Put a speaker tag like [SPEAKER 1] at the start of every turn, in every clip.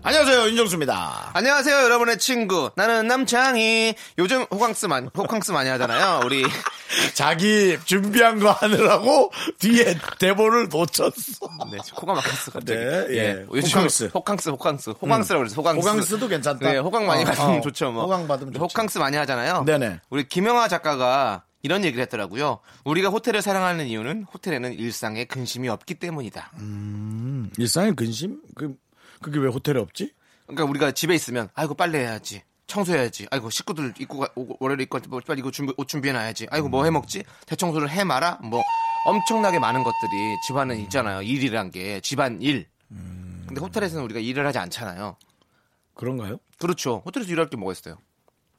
[SPEAKER 1] 안녕하세요 윤정수입니다.
[SPEAKER 2] 안녕하세요, 여러분의 친구. 나는 남창희. 요즘 호캉스 많이, 호캉스 많이 하잖아요. 우리 네,
[SPEAKER 1] 자기 준비한 거 하느라고 뒤에 대본을 놓쳤어.
[SPEAKER 2] 네, 코가 막혔어 갑자기.
[SPEAKER 1] 네, 예.
[SPEAKER 2] 요즘
[SPEAKER 1] 호캉스.
[SPEAKER 2] 호캉스, 호캉스, 호캉스라고 그래서 호캉스.
[SPEAKER 1] 호캉스도 괜찮다.
[SPEAKER 2] 네, 호캉 많이
[SPEAKER 1] 어,
[SPEAKER 2] 받으면
[SPEAKER 1] 어.
[SPEAKER 2] 좋죠. 뭐.
[SPEAKER 1] 호캉 받으면 좋지.
[SPEAKER 2] 호캉스 많이 하잖아요.
[SPEAKER 1] 네네.
[SPEAKER 2] 우리 김영하 작가가 이런 얘기를 했더라고요. 우리가 호텔을 사랑하는 이유는 호텔에는 일상에 근심이 없기 때문이다.
[SPEAKER 1] 일상의 근심 그 그게 왜 호텔에 없지?
[SPEAKER 2] 그러니까 우리가 집에 있으면 아이고 빨래 해야지. 청소해야지. 아이고 식구들 입고 가, 오- 월요일에 입고 갈때 뭐, 빨리 이거 준비, 옷 준비해놔야지. 아이고 뭐 해 먹지? 대청소를 해 마라. 뭐 엄청나게 많은 것들이 집안은 있잖아요. 일이란 게 집안 일. 근데 호텔에서는 우리가 일을 하지 않잖아요.
[SPEAKER 1] 그런가요?
[SPEAKER 2] 그렇죠. 호텔에서 일할 게 뭐가 있어요?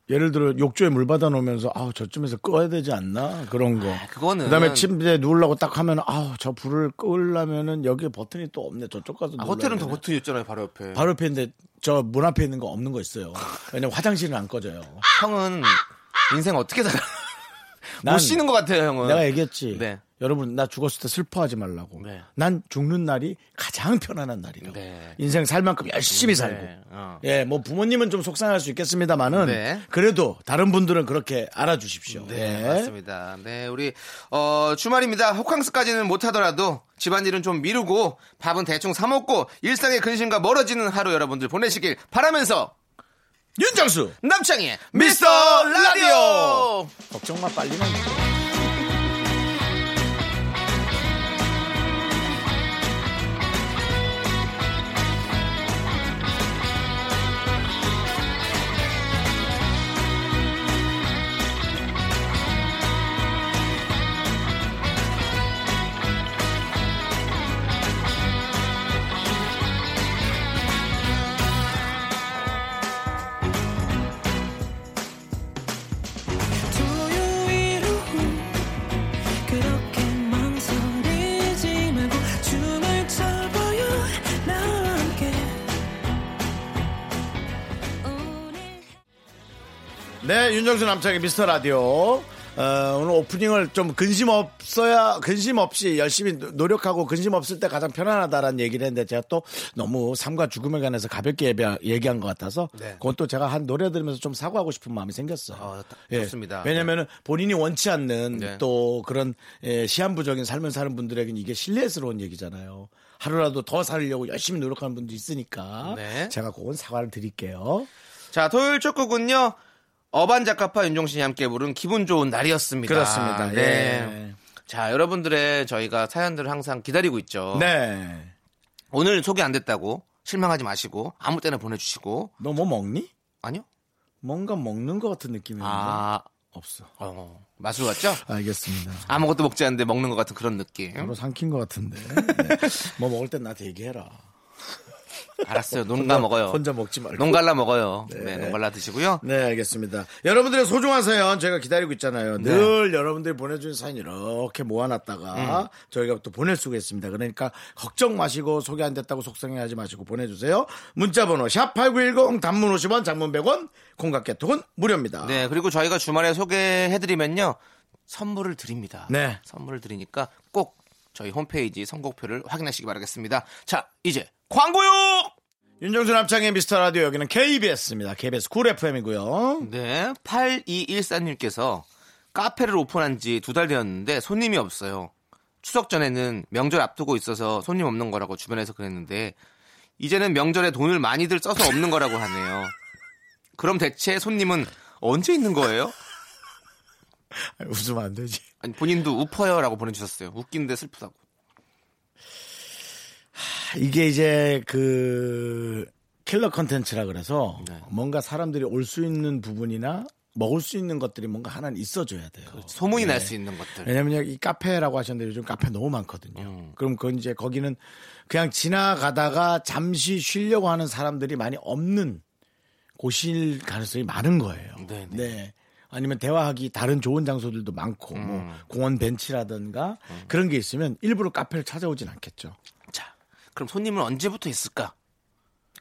[SPEAKER 1] 예를 들어 욕조에 물 받아 놓으면서 아 저쯤에서 꺼야 되지 않나 그런 거.
[SPEAKER 2] 아, 그거는-
[SPEAKER 1] 그다음에 침대에 누우려고 딱 하면 아저 불을 끄려면은 여기에 버튼이 또 없네 저쪽 가서.
[SPEAKER 2] 아,
[SPEAKER 1] 눌러야
[SPEAKER 2] 호텔은 더
[SPEAKER 1] 되네.
[SPEAKER 2] 호텔 있잖아요. 바로 옆에.
[SPEAKER 1] 바로 옆에 있는데 저 문 앞에 있는 거 없는 거 있어요. 왜냐면 화장실은 안 꺼져요.
[SPEAKER 2] 형은 인생 어떻게 살아? 못
[SPEAKER 1] 난-
[SPEAKER 2] 쉬는 것 같아요, 형은.
[SPEAKER 1] 내가 얘기했지.
[SPEAKER 2] 어. 네.
[SPEAKER 1] 여러분 나 죽었을 때 슬퍼하지 말라고.
[SPEAKER 2] 네.
[SPEAKER 1] 난 죽는 날이 가장 편안한 날이라고.
[SPEAKER 2] 네.
[SPEAKER 1] 인생 살 만큼 열심히 살고.
[SPEAKER 2] 네, 어.
[SPEAKER 1] 예, 뭐 부모님은 좀 속상할 수 있겠습니다만은
[SPEAKER 2] 네.
[SPEAKER 1] 그래도 다른 분들은 그렇게 알아주십시오.
[SPEAKER 2] 네,
[SPEAKER 1] 예.
[SPEAKER 2] 맞습니다. 네, 우리 어, 주말입니다. 호캉스까지는 못하더라도 집안일은 좀 미루고 밥은 대충 사 먹고 일상의 근심과 멀어지는 하루 여러분들 보내시길 바라면서
[SPEAKER 1] 윤정수
[SPEAKER 2] 남창희 미스터 라디오.
[SPEAKER 1] 걱정 마 빨리만.
[SPEAKER 3] 토요일 오후 그렇게 망설이지 말고 춤을 춰봐요 나와 함께 오늘
[SPEAKER 1] 네, 윤정수 남창의 미스터 라디오. 어, 오늘 오프닝을 좀 근심 없어야 근심 없이 열심히 노- 노력하고 근심 없을 때 가장 편안하다라는 얘기를 했는데 제가 또 너무 삶과 죽음에 관해서 가볍게 예배- 얘기한 것 같아서
[SPEAKER 2] 네.
[SPEAKER 1] 그것도 제가 한 노래 들으면서 좀 사과하고 싶은 마음이 생겼어요. 예.
[SPEAKER 2] 어, 다- 좋습니다.
[SPEAKER 1] 왜냐면은 본인이 원치 않는
[SPEAKER 2] 네.
[SPEAKER 1] 또 그런 예, 시한부적인 삶을 사는 분들에게는 이게 신뢰스러운 얘기잖아요. 하루라도 더 살려고 열심히 노력하는 분도 있으니까
[SPEAKER 2] 네.
[SPEAKER 1] 제가 그건 사과를 드릴게요.
[SPEAKER 2] 자, 토요일 첫 곡은요. 어반 작가파 윤종신이 함께 부른 기분 좋은 날이었습니다.
[SPEAKER 1] 그렇습니다.
[SPEAKER 2] 네.
[SPEAKER 1] 예.
[SPEAKER 2] 자, 여러분들의 저희가 사연들을 항상 기다리고 있죠.
[SPEAKER 1] 네.
[SPEAKER 2] 오늘 소개 안 됐다고 실망하지 마시고 아무 때나 보내주시고
[SPEAKER 1] 너 뭐 먹니?
[SPEAKER 2] 아니요.
[SPEAKER 1] 뭔가 먹는 것 같은 느낌이
[SPEAKER 2] 아,
[SPEAKER 1] 없어.
[SPEAKER 2] 어, 마술 같죠?
[SPEAKER 1] 알겠습니다.
[SPEAKER 2] 아무것도 먹지 않는데 먹는 것 같은 그런 느낌.
[SPEAKER 1] 바로 삼킨 것 같은데. 네. 뭐 먹을 땐 나한테 얘기해라.
[SPEAKER 2] 알았어요. 농가 먹어요.
[SPEAKER 1] 혼자 먹지 말고.
[SPEAKER 2] 농갈라 먹어요. 네, 농갈라 드시고요.
[SPEAKER 1] 네, 알겠습니다. 여러분들의 소중한 사연 저희가 기다리고 있잖아요.
[SPEAKER 2] 네.
[SPEAKER 1] 늘 여러분들이 보내준 사연 이렇게
[SPEAKER 2] 음.
[SPEAKER 1] 모아놨다가 저희가 또 보낼 수가 있습니다. 그러니까 걱정 마시고 소개 안 됐다고 속상해하지 마시고 보내주세요. 문자번호 샵 #8910 단문 50원, 장문 100원, 콩깍개톡은 무료입니다.
[SPEAKER 2] 네, 그리고 저희가 주말에 소개해드리면요. 선물을 드립니다.
[SPEAKER 1] 네.
[SPEAKER 2] 선물을 드리니까 꼭 저희 홈페이지 선곡표를 확인하시기 바라겠습니다. 자, 이제 광고요!
[SPEAKER 1] 윤정수 남창의 미스터 라디오 여기는 KBS입니다. KBS 쿨 FM이고요.
[SPEAKER 2] 네, 8214님께서 카페를 오픈한 지 두 달 되었는데 손님이 없어요. 추석 전에는 명절 앞두고 있어서 손님 없는 거라고 주변에서 그랬는데 이제는 명절에 돈을 많이들 써서 없는 거라고 하네요. 그럼 대체 손님은 언제 있는 거예요?
[SPEAKER 1] 웃으면 안 되지.
[SPEAKER 2] 아니, 본인도 웃어요라고 보내주셨어요. 웃긴데 슬프다고.
[SPEAKER 1] 이게 이제 그 킬러 컨텐츠라 그래서
[SPEAKER 2] 네.
[SPEAKER 1] 뭔가 사람들이 올 수 있는 부분이나 먹을 수 있는 것들이 뭔가 하나는 있어줘야 돼요.
[SPEAKER 2] 소문이 날 수 있는 것들.
[SPEAKER 1] 왜냐면 이 카페라고 하셨는데 요즘 카페 너무 많거든요.
[SPEAKER 2] 음.
[SPEAKER 1] 그럼 그건 이제 거기는 그냥 지나가다가 잠시 쉬려고 하는 사람들이 많이 없는 오실 가능성이 많은 거예요.
[SPEAKER 2] 네, 네.
[SPEAKER 1] 네. 아니면 대화하기 다른 좋은 장소들도 많고
[SPEAKER 2] 음.
[SPEAKER 1] 뭐 공원 벤치라든가 그런 게 있으면 일부러 카페를 찾아오진 않겠죠.
[SPEAKER 2] 자, 그럼 손님은 언제부터 있을까?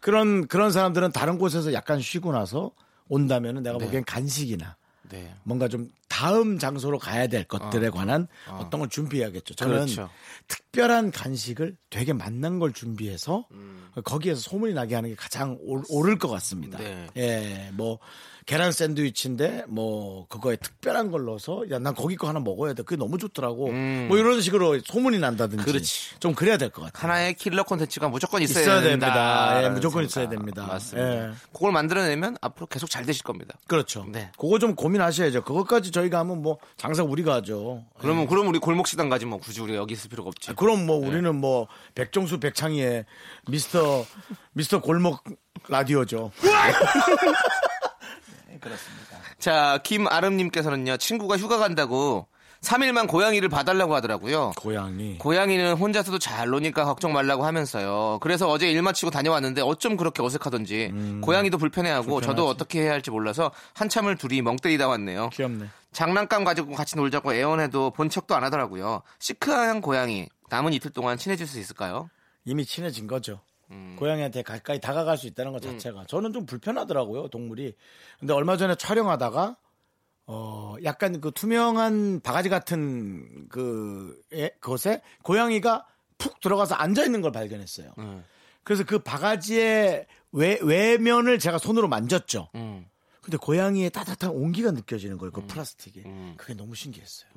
[SPEAKER 1] 그런 그런 사람들은 다른 곳에서 약간 쉬고 나서 온다면은 내가
[SPEAKER 2] 네.
[SPEAKER 1] 보기엔 간식이나
[SPEAKER 2] 네.
[SPEAKER 1] 뭔가 좀 다음 장소로 가야 될 것들에 관한 어. 떤걸 준비해야겠죠. 저는
[SPEAKER 2] 그렇죠.
[SPEAKER 1] 특별한 간식을 되게 맛난 걸 준비해서
[SPEAKER 2] 음.
[SPEAKER 1] 거기에서 소문이 나게 하는 게 가장 오- 오를 것 같습니다.
[SPEAKER 2] 네.
[SPEAKER 1] 예, 뭐 계란 샌드위치인데 뭐 그거에 특별한 걸 넣어서 야 난 거기 거 하나 먹어야 돼. 그게 너무 좋더라고. 뭐 이런 식으로 소문이 난다든지
[SPEAKER 2] 음. 그렇지.
[SPEAKER 1] 좀 그래야 될 것 같아요.
[SPEAKER 2] 하나의 킬러 콘텐츠가 무조건 있어야,
[SPEAKER 1] 있어야
[SPEAKER 2] 된다.
[SPEAKER 1] 됩니다. 예, 무조건 있어야 됩니다.
[SPEAKER 2] 맞습니다.
[SPEAKER 1] 예.
[SPEAKER 2] 그걸 만들어내면 앞으로 계속 잘 되실 겁니다.
[SPEAKER 1] 그렇죠.
[SPEAKER 2] 네.
[SPEAKER 1] 그거 좀 고민하셔야죠. 그것까지 저희가 하면 뭐 장사 우리가 하죠.
[SPEAKER 2] 그러면 그럼 우리 골목 시장까지 뭐 굳이 우리가 여기 있을 필요가 없지.
[SPEAKER 1] 예. 그럼 뭐 우리는 뭐 백종수 백창희의 미스터 미스터 골목 라디오죠.
[SPEAKER 2] 자, 김아름님께서는요, 친구가 휴가 간다고 3일만 고양이를 봐달라고 하더라고요.
[SPEAKER 1] 고양이.
[SPEAKER 2] 고양이는 혼자서도 잘 노니까 걱정 말라고 하면서요. 그래서 어제 일 마치고 다녀왔는데 어쩜 그렇게 어색하던지
[SPEAKER 1] 음,
[SPEAKER 2] 고양이도 불편해하고 저도 어떻게 해야 할지 몰라서 한참을 둘이 멍 때리다 왔네요.
[SPEAKER 1] 귀엽네.
[SPEAKER 2] 장난감 가지고 같이 놀자고 애원해도 본 척도 안 하더라고요. 시크한 고양이 남은 이틀 동안 친해질 수 있을까요?
[SPEAKER 1] 이미 친해진 거죠. 고양이한테 가까이 다가갈 수 있다는 것 자체가 저는 좀 불편하더라고요 동물이. 근데 얼마 전에 촬영하다가 어 약간 그 투명한 바가지 같은 그 예, 그것에 고양이가 푹 들어가서 앉아 있는 걸 발견했어요. 그래서 그 바가지의 외, 외면을 제가 손으로 만졌죠.
[SPEAKER 2] 음.
[SPEAKER 1] 근데 고양이의 따뜻한 온기가 느껴지는 거예요. 그 플라스틱이. 그게 너무 신기했어요.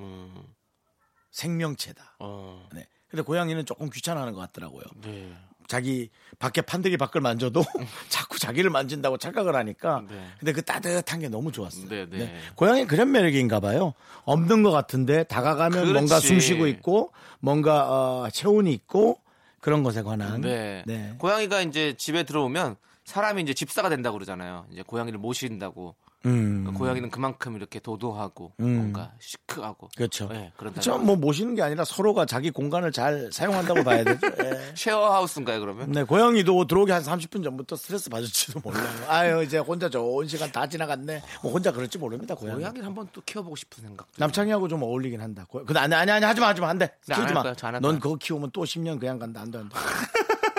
[SPEAKER 1] 생명체다.
[SPEAKER 2] 음, 어,
[SPEAKER 1] 네. 근데 고양이는 조금 귀찮아하는 것 같더라고요.
[SPEAKER 2] 네.
[SPEAKER 1] 자기 밖에 판때기 밖을 만져도 자꾸 자기를 만진다고 착각을 하니까
[SPEAKER 2] 음. 네.
[SPEAKER 1] 근데 그 따뜻한 게 너무 좋았어요.
[SPEAKER 2] 네, 네.
[SPEAKER 1] 고양이 그런 매력인가 봐요. 없는 것 같은데 다가가면
[SPEAKER 2] 그렇지.
[SPEAKER 1] 뭔가 숨쉬고 있고 뭔가 어, 체온이 있고 그런 것에 관한
[SPEAKER 2] 네. 고양이가 이제 집에 들어오면 사람이 이제 집사가 된다고 그러잖아요. 이제 고양이를 모신다고.
[SPEAKER 1] 음.
[SPEAKER 2] 그러니까 고양이는 그만큼 이렇게 도도하고 뭔가 시크하고.
[SPEAKER 1] 그렇죠.
[SPEAKER 2] 네, 음. 그런
[SPEAKER 1] 그렇죠. 뭐 모시는 게 아니라 서로가 자기 공간을 잘 사용한다고 봐야 되죠.
[SPEAKER 2] 뭐
[SPEAKER 1] 예.
[SPEAKER 2] 쉐어하우스인가요 그러면?
[SPEAKER 1] 네, 고양이도 들어오기 한 30분 전부터 스트레스 받을지도 몰라요. 아유, 이제 혼자 좋은 시간 다 지나갔네. 뭐 혼자 그럴지 모릅니다, 고양이.
[SPEAKER 2] 고양이를 한번 또 키워보고 싶은 생각도.
[SPEAKER 1] 남창이하고 좀 어울리긴 한다. 고- 근데 아니, 아니, 아니, 하지 마, 하지 마, 안 돼.
[SPEAKER 2] 나안
[SPEAKER 1] 키우지
[SPEAKER 2] 할
[SPEAKER 1] 마.
[SPEAKER 2] 거야, 저안할
[SPEAKER 1] 넌
[SPEAKER 2] 거야.
[SPEAKER 1] 그거 키우면 또 10년 그냥 간다, 안 돼, 안 돼.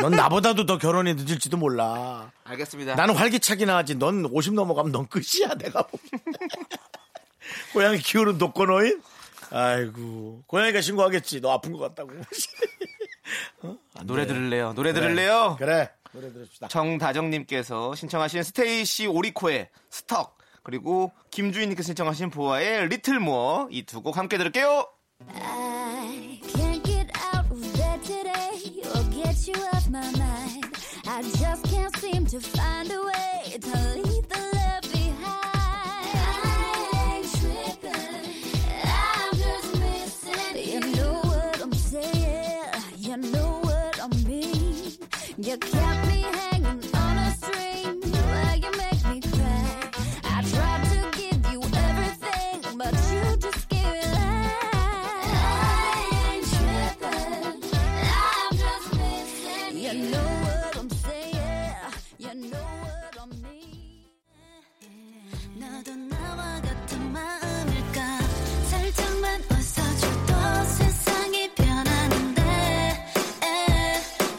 [SPEAKER 1] 넌 나보다도 더 결혼이 늦을지도 몰라.
[SPEAKER 2] 알겠습니다.
[SPEAKER 1] 나는 활기차긴 하지. 넌 50 넘어가면 넌 끝이야, 내가 보기엔. 고양이 키우는 독거노인? 아이고. 고양이가 신고하겠지. 너 아픈 것 같다고.
[SPEAKER 2] 노래 들을래요. 노래 들을래요.
[SPEAKER 1] 그래. 노래 들읍시다.
[SPEAKER 2] 정다정님께서 신청하신 스테이시 오리코의 스턱 그리고 김주인님께서 신청하신 보아의 리틀 모어 이 두 곡 함께 들을게요.
[SPEAKER 3] I can't get out of bed today or get you off my mind. I just can't seem to find a way to leave the love behind. I ain't tripping, I'm just missing. You know what I'm saying, you know what I mean. You kept me hanging on a string, well, you make me cry. I tried to give you everything, but you just gave it I ain't tripping. I'm just missing you. You know what I'm saying. You know what I mean. 나도 나와 같은 마음일까? 살짝만 웃어줘도 세상이 변하는데.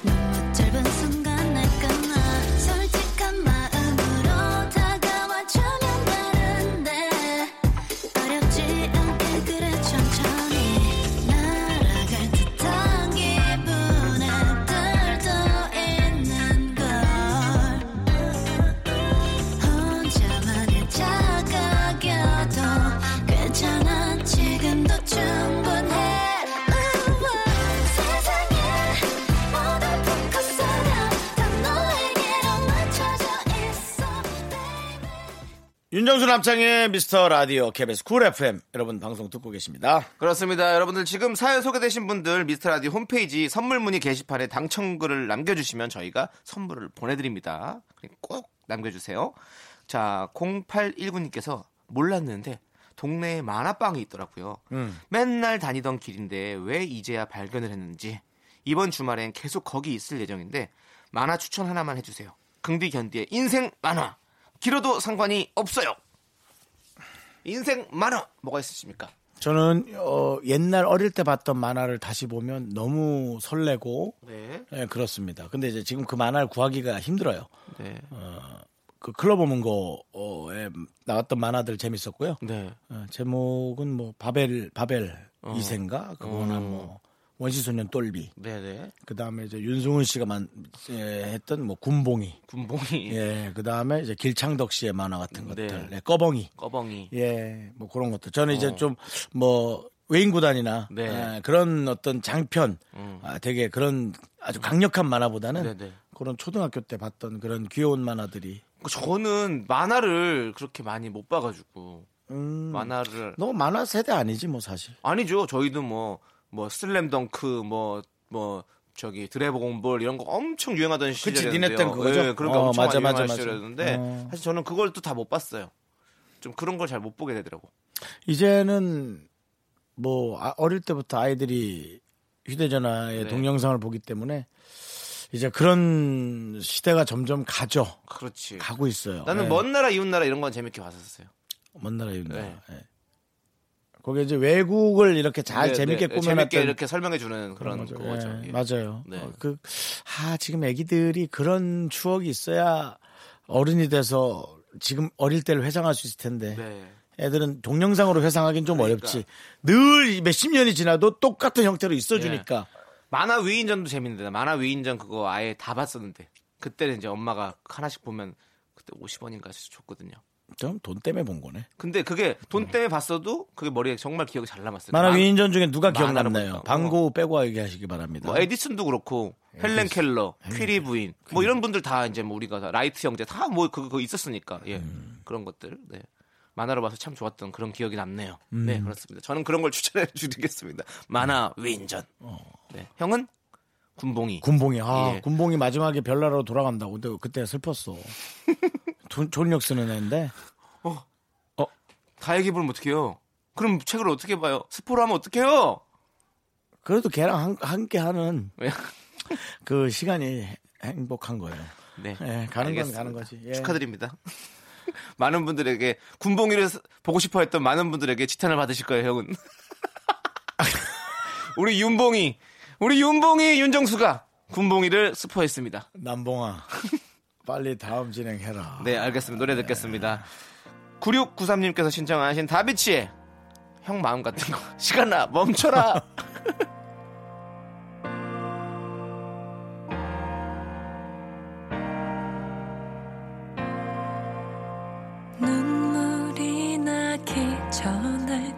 [SPEAKER 3] 너무 짧은 순간 날까나 솔직한 마음으로 다가와주면 다른데. 어렵지 않게 그래 천천히 날아갈 듯한 기분에 들떠 있는 걸 혼자만의 자각이어도 괜찮아 지금도 충분해 세상에 모든 포커스가 다 너에게로 맞춰져 있어
[SPEAKER 1] 윤정수 남창의 미스터 라디오 KBS 쿨 FM 여러분 방송 듣고 계십니다.
[SPEAKER 2] 그렇습니다. 여러분들 지금 사연 소개되신 분들 미스터라디 홈페이지 선물 문의 게시판에 당첨글을 남겨주시면 저희가 선물을 보내드립니다. 꼭 남겨주세요. 자 0819님께서 몰랐는데 동네에 만화방이 있더라고요. 맨날 다니던 길인데 왜 이제야 발견을 했는지 이번 주말엔 계속 거기 있을 예정인데 만화 추천 하나만 해주세요. 긍디 견디의 인생 만화 길어도 상관이 없어요. 인생 만화 뭐가 있으십니까?
[SPEAKER 1] 저는 어, 옛날 어릴 때 봤던 만화를 다시 보면 너무 설레고
[SPEAKER 2] 네.
[SPEAKER 1] 예, 그렇습니다. 근데 이제 지금 그 만화를 구하기가 힘들어요.
[SPEAKER 2] 네.
[SPEAKER 1] 그 클럽 오문 거에 나왔던 만화들 재밌었고요.
[SPEAKER 2] 네.
[SPEAKER 1] 어, 제목은 뭐 바벨 바벨 이생가 그거나 뭐 원시소년 똘비
[SPEAKER 2] 네, 네.
[SPEAKER 1] 그 다음에 이제 윤승훈 씨가 만 예, 했던 뭐 군봉이
[SPEAKER 2] 군봉이,
[SPEAKER 1] 예그 다음에 이제 길창덕 씨의 만화 같은
[SPEAKER 2] 네.
[SPEAKER 1] 것들 예, 꺼벙이
[SPEAKER 2] 꺼벙이.
[SPEAKER 1] 예, 뭐 그런 것도. 저는 이제 좀 뭐 외인 구단이나
[SPEAKER 2] 어. 네. 음.
[SPEAKER 1] 예, 그런 어떤 장편, 아, 되게 그런 아주 강력한 만화보다는
[SPEAKER 2] 네, 네.
[SPEAKER 1] 그런 초등학교 때 봤던 그런 귀여운 만화들이
[SPEAKER 2] 예. 저는 만화를 그렇게 많이 못 봐가지고
[SPEAKER 1] 음.
[SPEAKER 2] 만화를
[SPEAKER 1] 너 만화 세대 아니지 뭐 사실.
[SPEAKER 2] 아니죠. 저희도 뭐, 뭐, 슬램덩크, 뭐, 뭐, 저기 드래곤볼 이런 거 엄청 유행하던 시절이었는데요.
[SPEAKER 1] 니네 땐 그거죠?
[SPEAKER 2] 예, 그러니까
[SPEAKER 1] 어,
[SPEAKER 2] 엄청
[SPEAKER 1] 맞아,
[SPEAKER 2] 많이
[SPEAKER 1] 맞아,
[SPEAKER 2] 유행한
[SPEAKER 1] 맞아.
[SPEAKER 2] 시절이었는데
[SPEAKER 1] 어.
[SPEAKER 2] 사실 저는 그걸 또 다 못 봤어요. 좀 그런 걸 잘 못 보게 되더라고.
[SPEAKER 1] 이제는 뭐 아- 어릴 때부터 아이들이 휴대전화에
[SPEAKER 2] 네.
[SPEAKER 1] 동영상을 보기 때문에 이제 그런 시대가 점점 가죠.
[SPEAKER 2] 그렇지.
[SPEAKER 1] 가고 있어요.
[SPEAKER 2] 나는
[SPEAKER 1] 예.
[SPEAKER 2] 먼 나라 이웃 나라 이런 건 재밌게 봤었어요.
[SPEAKER 1] 먼 나라 이웃 나라.
[SPEAKER 2] 네.
[SPEAKER 1] 예. 거기 이제 외국을 이렇게 잘
[SPEAKER 2] 네,
[SPEAKER 1] 아, 재밌게
[SPEAKER 2] 네,
[SPEAKER 1] 꾸며놨던
[SPEAKER 2] 재밌게 이렇게 설명해 주는 그런 거죠.
[SPEAKER 1] 맞아요. 예,
[SPEAKER 2] 예.
[SPEAKER 1] 맞아요.
[SPEAKER 2] 네.
[SPEAKER 1] 어, 그, 아, 지금 애기들이 그런 추억이 있어야 어른이 돼서 지금 어릴 때를 회상할 수 있을 텐데.
[SPEAKER 2] 네.
[SPEAKER 1] 애들은 동영상으로 회상하긴 좀
[SPEAKER 2] 그러니까.
[SPEAKER 1] 어렵지. 늘 몇십 년이 지나도 똑같은 형태로 있어주니까.
[SPEAKER 2] 예. 만화 위인전도 재밌는데 만화 위인전 그거 아예 다 봤었는데 그때는 이제 엄마가 하나씩 보면 그때 50원인가 해서 줬거든요.
[SPEAKER 1] 그럼 돈 때문에 본 거네.
[SPEAKER 2] 근데 그게 돈 때문에 봤어도 그게 머리에 정말 기억이 잘 남았어요.
[SPEAKER 1] 만화
[SPEAKER 2] 만-
[SPEAKER 1] 위인전 중에 누가
[SPEAKER 2] 만화로
[SPEAKER 1] 기억남나요?
[SPEAKER 2] 보니까.
[SPEAKER 1] 방고 빼고 얘기하시기 바랍니다.
[SPEAKER 2] 뭐 에디슨도 그렇고 헬렌 켈러, 퀴리 부인 뭐 이런 분들 다 이제 뭐 우리가 다 라이트 형제 다 뭐 그거 있었으니까 예 그런 것들 네. 만화로 봐서 참 좋았던 그런 기억이 남네요. 네 그렇습니다. 저는 그런 걸 추천해 드리겠습니다. 만화 위인전. 네 형은 군봉이.
[SPEAKER 1] 군봉이 아
[SPEAKER 2] 예.
[SPEAKER 1] 군봉이 마지막에 별나라로 돌아간다고 근데 그때 슬펐어 존, 존력 쓰는 애인데
[SPEAKER 2] 다 얘기해 보면 어떡해요? 그럼 책을 어떻게 봐요? 스포로 하면 어떡해요?
[SPEAKER 1] 그래도 걔랑 한- 함께 하는
[SPEAKER 2] 네.
[SPEAKER 1] 그 시간이 행복한 거예요
[SPEAKER 2] 네.
[SPEAKER 1] 예, 가는 건
[SPEAKER 2] 알겠습니다.
[SPEAKER 1] 가는 거지 예.
[SPEAKER 2] 축하드립니다. 많은 분들에게 군봉이를 스- 보고 싶어 했던 많은 분들에게 지탄을 받으실 거예요, 형은. 우리 윤봉이, 우리 윤봉이 윤정수가 군봉이를 스포했습니다.
[SPEAKER 1] 남봉아 빨리 다음 진행해라
[SPEAKER 2] 네, 알겠습니다. 노래 듣겠습니다. 9693님께서 신청하신 다비치의 형 마음 같은 거. 시간아, 멈춰라!
[SPEAKER 3] 눈물이 나기 전에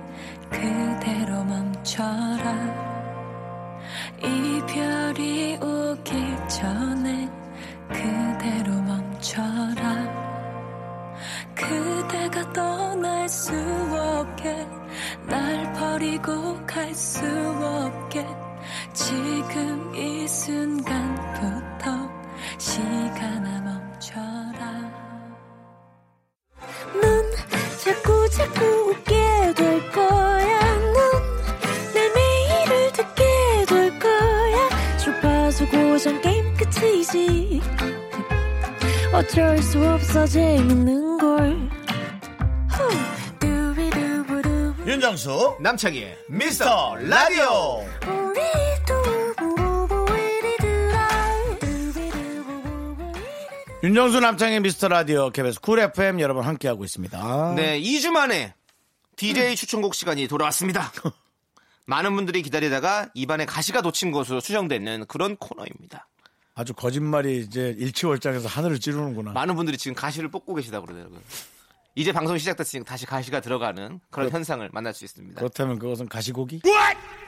[SPEAKER 3] 그대로 멈춰라 이별이 오기 전에 그대로 멈춰라 그대가 떠날 수 없게 날 버리고 갈 수 없게 지금 이 순간부터 시간아 멈춰라 넌 자꾸 자꾸 웃게 될 거야. 넌내 매일을 듣게 될 거야. 주파수 고정 게임 끝이지. 어쩔 수 없어 재밌는 걸. 후. 두비두부두.
[SPEAKER 1] 윤정수
[SPEAKER 2] 남창희의
[SPEAKER 1] 미스터 라디오
[SPEAKER 3] 우리 두부부부 우리들아. 두비두부부부.
[SPEAKER 1] 윤정수 남창의 미스터 라디오 KBS 쿨 FM 여러분 함께하고 있습니다
[SPEAKER 2] 네, 2주 만에 DJ
[SPEAKER 1] 음.
[SPEAKER 2] 추천곡 시간이 돌아왔습니다. 많은 분들이 기다리다가 입안에 가시가 돋친 것으로 수정되는 그런 코너입니다.
[SPEAKER 1] 아주 거짓말이 이제 일치월장에서 하늘을 찌르는구나
[SPEAKER 2] 많은 분들이 지금 가시를 뽑고 계시다고 그러더라고요. 이제 방송이 시작됐으니까 다시 가시가 들어가는 그런 현상을 만날 수 있습니다.
[SPEAKER 1] 그렇다면 그것은 가시고기?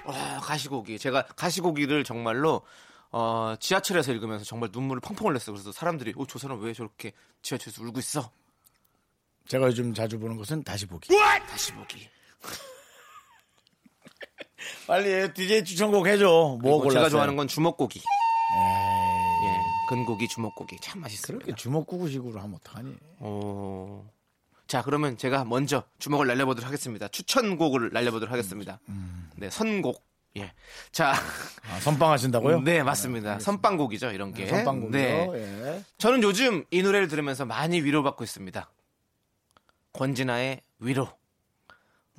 [SPEAKER 2] 와, 가시고기. 제가 가시고기를 정말로 어, 지하철에서 읽으면서 정말 눈물을 펑펑 흘렸어요. 그래서 사람들이 어, 저 사람 왜 저렇게 지하철에서 울고 있어?
[SPEAKER 1] 제가 요즘 자주 보는 것은 다시 보기
[SPEAKER 2] 다시 보기.
[SPEAKER 1] 빨리 DJ 추천곡 해줘. 뭐
[SPEAKER 2] 그리고
[SPEAKER 1] 골랐어요?
[SPEAKER 2] 제가 좋아하는 건 주먹고기. 예, 근고기, 주먹고기 참 맛있습니다.
[SPEAKER 1] 그렇게 주먹구구식으로 하면 어떡하니?
[SPEAKER 2] 어. 자, 그러면
[SPEAKER 1] 음,
[SPEAKER 2] 제가 먼저 주먹을 날려보도록 하겠습니다. 추천곡을 날려보도록 하겠습니다. 네, 선곡. 예. 자,
[SPEAKER 1] 아, 선빵하신다고요? 아,
[SPEAKER 2] 네 맞습니다. 선빵곡이죠 이런 게.
[SPEAKER 1] 선빵곡이요.
[SPEAKER 2] 네.
[SPEAKER 1] 예.
[SPEAKER 2] 저는 요즘 이 노래를 들으면서 많이 위로받고 있습니다. 권진아의 위로.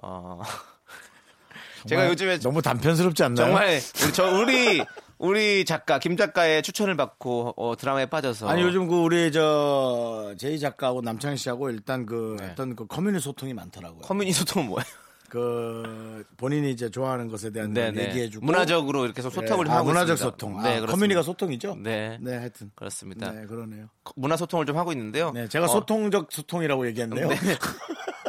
[SPEAKER 2] 어. 제가
[SPEAKER 1] 정말
[SPEAKER 2] 요즘에
[SPEAKER 1] 너무 단편스럽지 않나요?
[SPEAKER 2] 정말 우리 저 우리 우리 작가 김 작가의 추천을 받고 어, 드라마에 빠져서
[SPEAKER 1] 아니 요즘 그 우리 저 제이 작가하고 남창희 씨하고 일단 그 어떤 그 커뮤니 소통이 많더라고요.
[SPEAKER 2] 네. 커뮤니 소통은 뭐예요?
[SPEAKER 1] 그 본인이 이제 좋아하는 것에 대한 걸
[SPEAKER 2] 네네.
[SPEAKER 1] 얘기해주고
[SPEAKER 2] 문화적으로 이렇게 해서
[SPEAKER 1] 예.
[SPEAKER 2] 소통을 좀
[SPEAKER 1] 아,
[SPEAKER 2] 하고
[SPEAKER 1] 문화적
[SPEAKER 2] 있습니다.
[SPEAKER 1] 소통.
[SPEAKER 2] 네,
[SPEAKER 1] 아,
[SPEAKER 2] 그렇습니다.
[SPEAKER 1] 커뮤니가 소통이죠.
[SPEAKER 2] 네.
[SPEAKER 1] 네, 하여튼
[SPEAKER 2] 그렇습니다.
[SPEAKER 1] 네, 그러네요.
[SPEAKER 2] 문화 소통을 좀 하고 있는데요.
[SPEAKER 1] 네, 제가
[SPEAKER 2] 어,
[SPEAKER 1] 소통적 소통이라고 얘기했네요.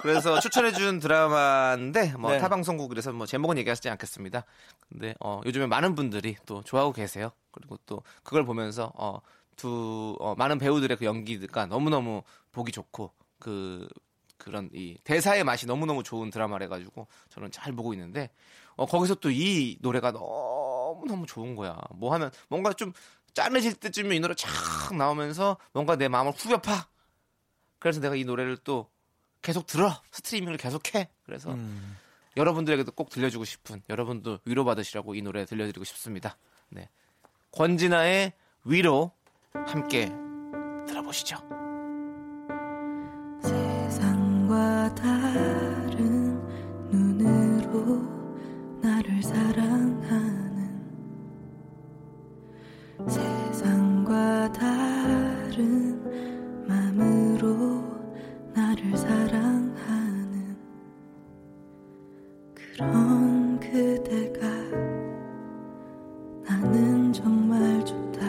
[SPEAKER 2] 그래서 추천해준 드라마인데 뭐
[SPEAKER 1] 네.
[SPEAKER 2] 타방송국이라서 뭐 제목은 얘기하지 않겠습니다. 근데 어, 요즘에 많은 분들이 또 좋아하고 계세요. 그리고 또 그걸 보면서 어, 두 어, 많은 배우들의 그 연기가 너무 너무 보기 좋고 그 그런 이 대사의 맛이 너무 너무 좋은 드라마래 가지고 저는 잘 보고 있는데 어, 거기서 또 이 노래가 너무 너무 좋은 거야. 뭐 하면 뭔가 좀 짠해질 때쯤에 이 노래 착 나오면서 뭔가 내 마음을 후벼파. 그래서 내가 이 노래를 또 계속 들어 스트리밍을 계속해 그래서
[SPEAKER 1] 음.
[SPEAKER 2] 여러분들에게도 꼭 들려주고 싶은 여러분도 위로 받으시라고 이 노래 들려드리고 싶습니다 네 권진아의 위로 함께 들어보시죠
[SPEAKER 4] 세상과 다른 눈으로 나를 사랑하는 세상과 다른 마음으로 나를 사랑하는 그런 그대가 나는 정말 좋다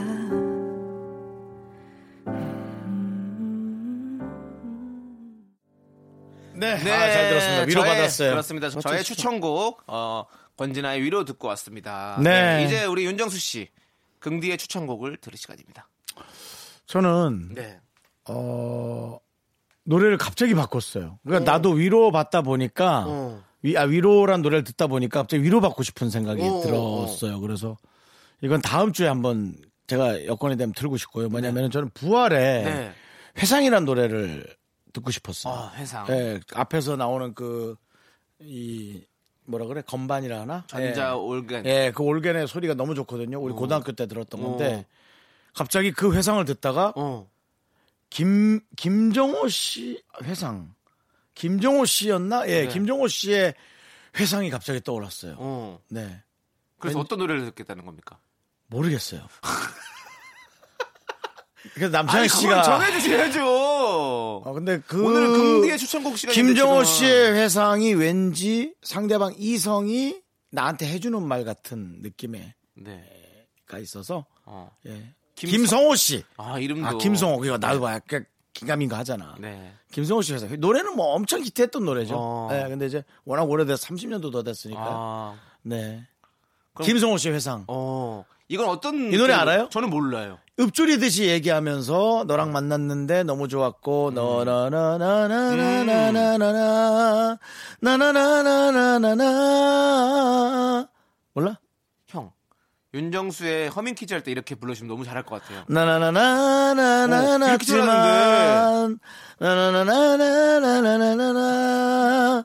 [SPEAKER 4] 음.
[SPEAKER 1] 네, 아, 잘 들었습니다. 위로
[SPEAKER 2] 저의-
[SPEAKER 1] 받았어요.
[SPEAKER 2] 그렇습니다 저의
[SPEAKER 1] 추천-
[SPEAKER 2] 추천곡 어, 권진아의 위로 듣고 왔습니다
[SPEAKER 1] 네.
[SPEAKER 2] 이제 우리 윤정수 씨 긍디의 추천곡을 들을 시간입니다
[SPEAKER 1] 저는
[SPEAKER 2] 네
[SPEAKER 1] 어, 노래를 갑자기 바꿨어요. 그러니까 나도 위로 받다 보니까
[SPEAKER 2] 어.
[SPEAKER 1] 위, 아, 위로란 노래를 듣다 보니까 갑자기 위로 받고 싶은 생각이
[SPEAKER 2] 어,
[SPEAKER 1] 들었어요. 그래서 이건 다음 주에 한번 제가 여건이 되면 들고 싶고요. 뭐냐면 은 저는 부활의
[SPEAKER 2] 네.
[SPEAKER 1] 회상이란 노래를 듣고 싶었어요.
[SPEAKER 2] 아, 회상.
[SPEAKER 1] 예, 앞에서 나오는 그 이 뭐라 그래 건반이라 하나
[SPEAKER 2] 전자 어.
[SPEAKER 1] 예.
[SPEAKER 2] 올겐
[SPEAKER 1] 예, 그 올겐의 소리가 너무 좋거든요. 우리 고등학교 때 들었던 건데 갑자기 그 회상을 듣다가
[SPEAKER 2] 어.
[SPEAKER 1] 김 김정호 씨 회상 김정호 씨였나?
[SPEAKER 2] 네.
[SPEAKER 1] 예, 김정호 씨의 회상이 갑자기 떠올랐어요.
[SPEAKER 2] 어.
[SPEAKER 1] 네,
[SPEAKER 2] 그래서 어떤 노래를 듣겠다는 겁니까
[SPEAKER 1] 모르겠어요. 그래서
[SPEAKER 2] 아니
[SPEAKER 1] 남창희
[SPEAKER 2] 그걸
[SPEAKER 1] 씨가
[SPEAKER 2] 정해주셔야죠
[SPEAKER 1] 어, 근데 그
[SPEAKER 2] 오늘은 금디의 추천곡 시간인데
[SPEAKER 1] 김정호
[SPEAKER 2] 지금.
[SPEAKER 1] 씨의 회상이 왠지 상대방 이성이 나한테 해주는 말 같은 느낌에가
[SPEAKER 2] 네.
[SPEAKER 1] 있어서
[SPEAKER 2] 어.
[SPEAKER 1] 예.
[SPEAKER 2] 김성- 네.
[SPEAKER 1] 김성호 씨.
[SPEAKER 2] 아 이름도
[SPEAKER 1] 아, 김성호. 그거 나도 봐. 약간 기감인가 하잖아.
[SPEAKER 2] 네.
[SPEAKER 1] 김성호 씨 회사. 노래는 뭐 엄청 히트했던 노래죠.
[SPEAKER 2] 어.
[SPEAKER 1] 네, 근데 이제 워낙 오래돼서 30년도 더 됐으니까.
[SPEAKER 2] 아,
[SPEAKER 1] 네.
[SPEAKER 2] 그럼-
[SPEAKER 1] 김성호 씨 회상.
[SPEAKER 2] 어. 이건 어떤 그
[SPEAKER 1] 이 노래 알아요?
[SPEAKER 2] 저는 몰라요.
[SPEAKER 1] 읊조리듯이 얘기하면서 너랑 만났는데 너무 좋았고 너나나나나나나나나 나나나나나나나 몰라?
[SPEAKER 2] 형. 윤정수의 허밍 퀴즈 할 때 이렇게 불러주시면 너무 잘할 것 같아요. 어, 이렇게
[SPEAKER 1] 나나나나나나나지만
[SPEAKER 2] 잘하는데.
[SPEAKER 1] 나나나나나나나나나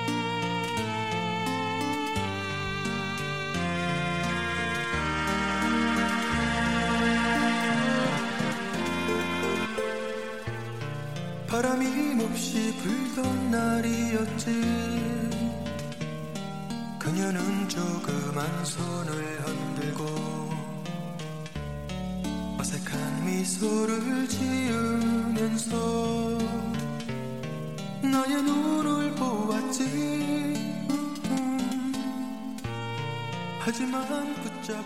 [SPEAKER 5] 바람이 몹시 불던 날이었지 그녀는 조그만 손을 흔들고 어색한 미소를 지으면서 나의 눈을 보았지 음. 하지만 붙잡을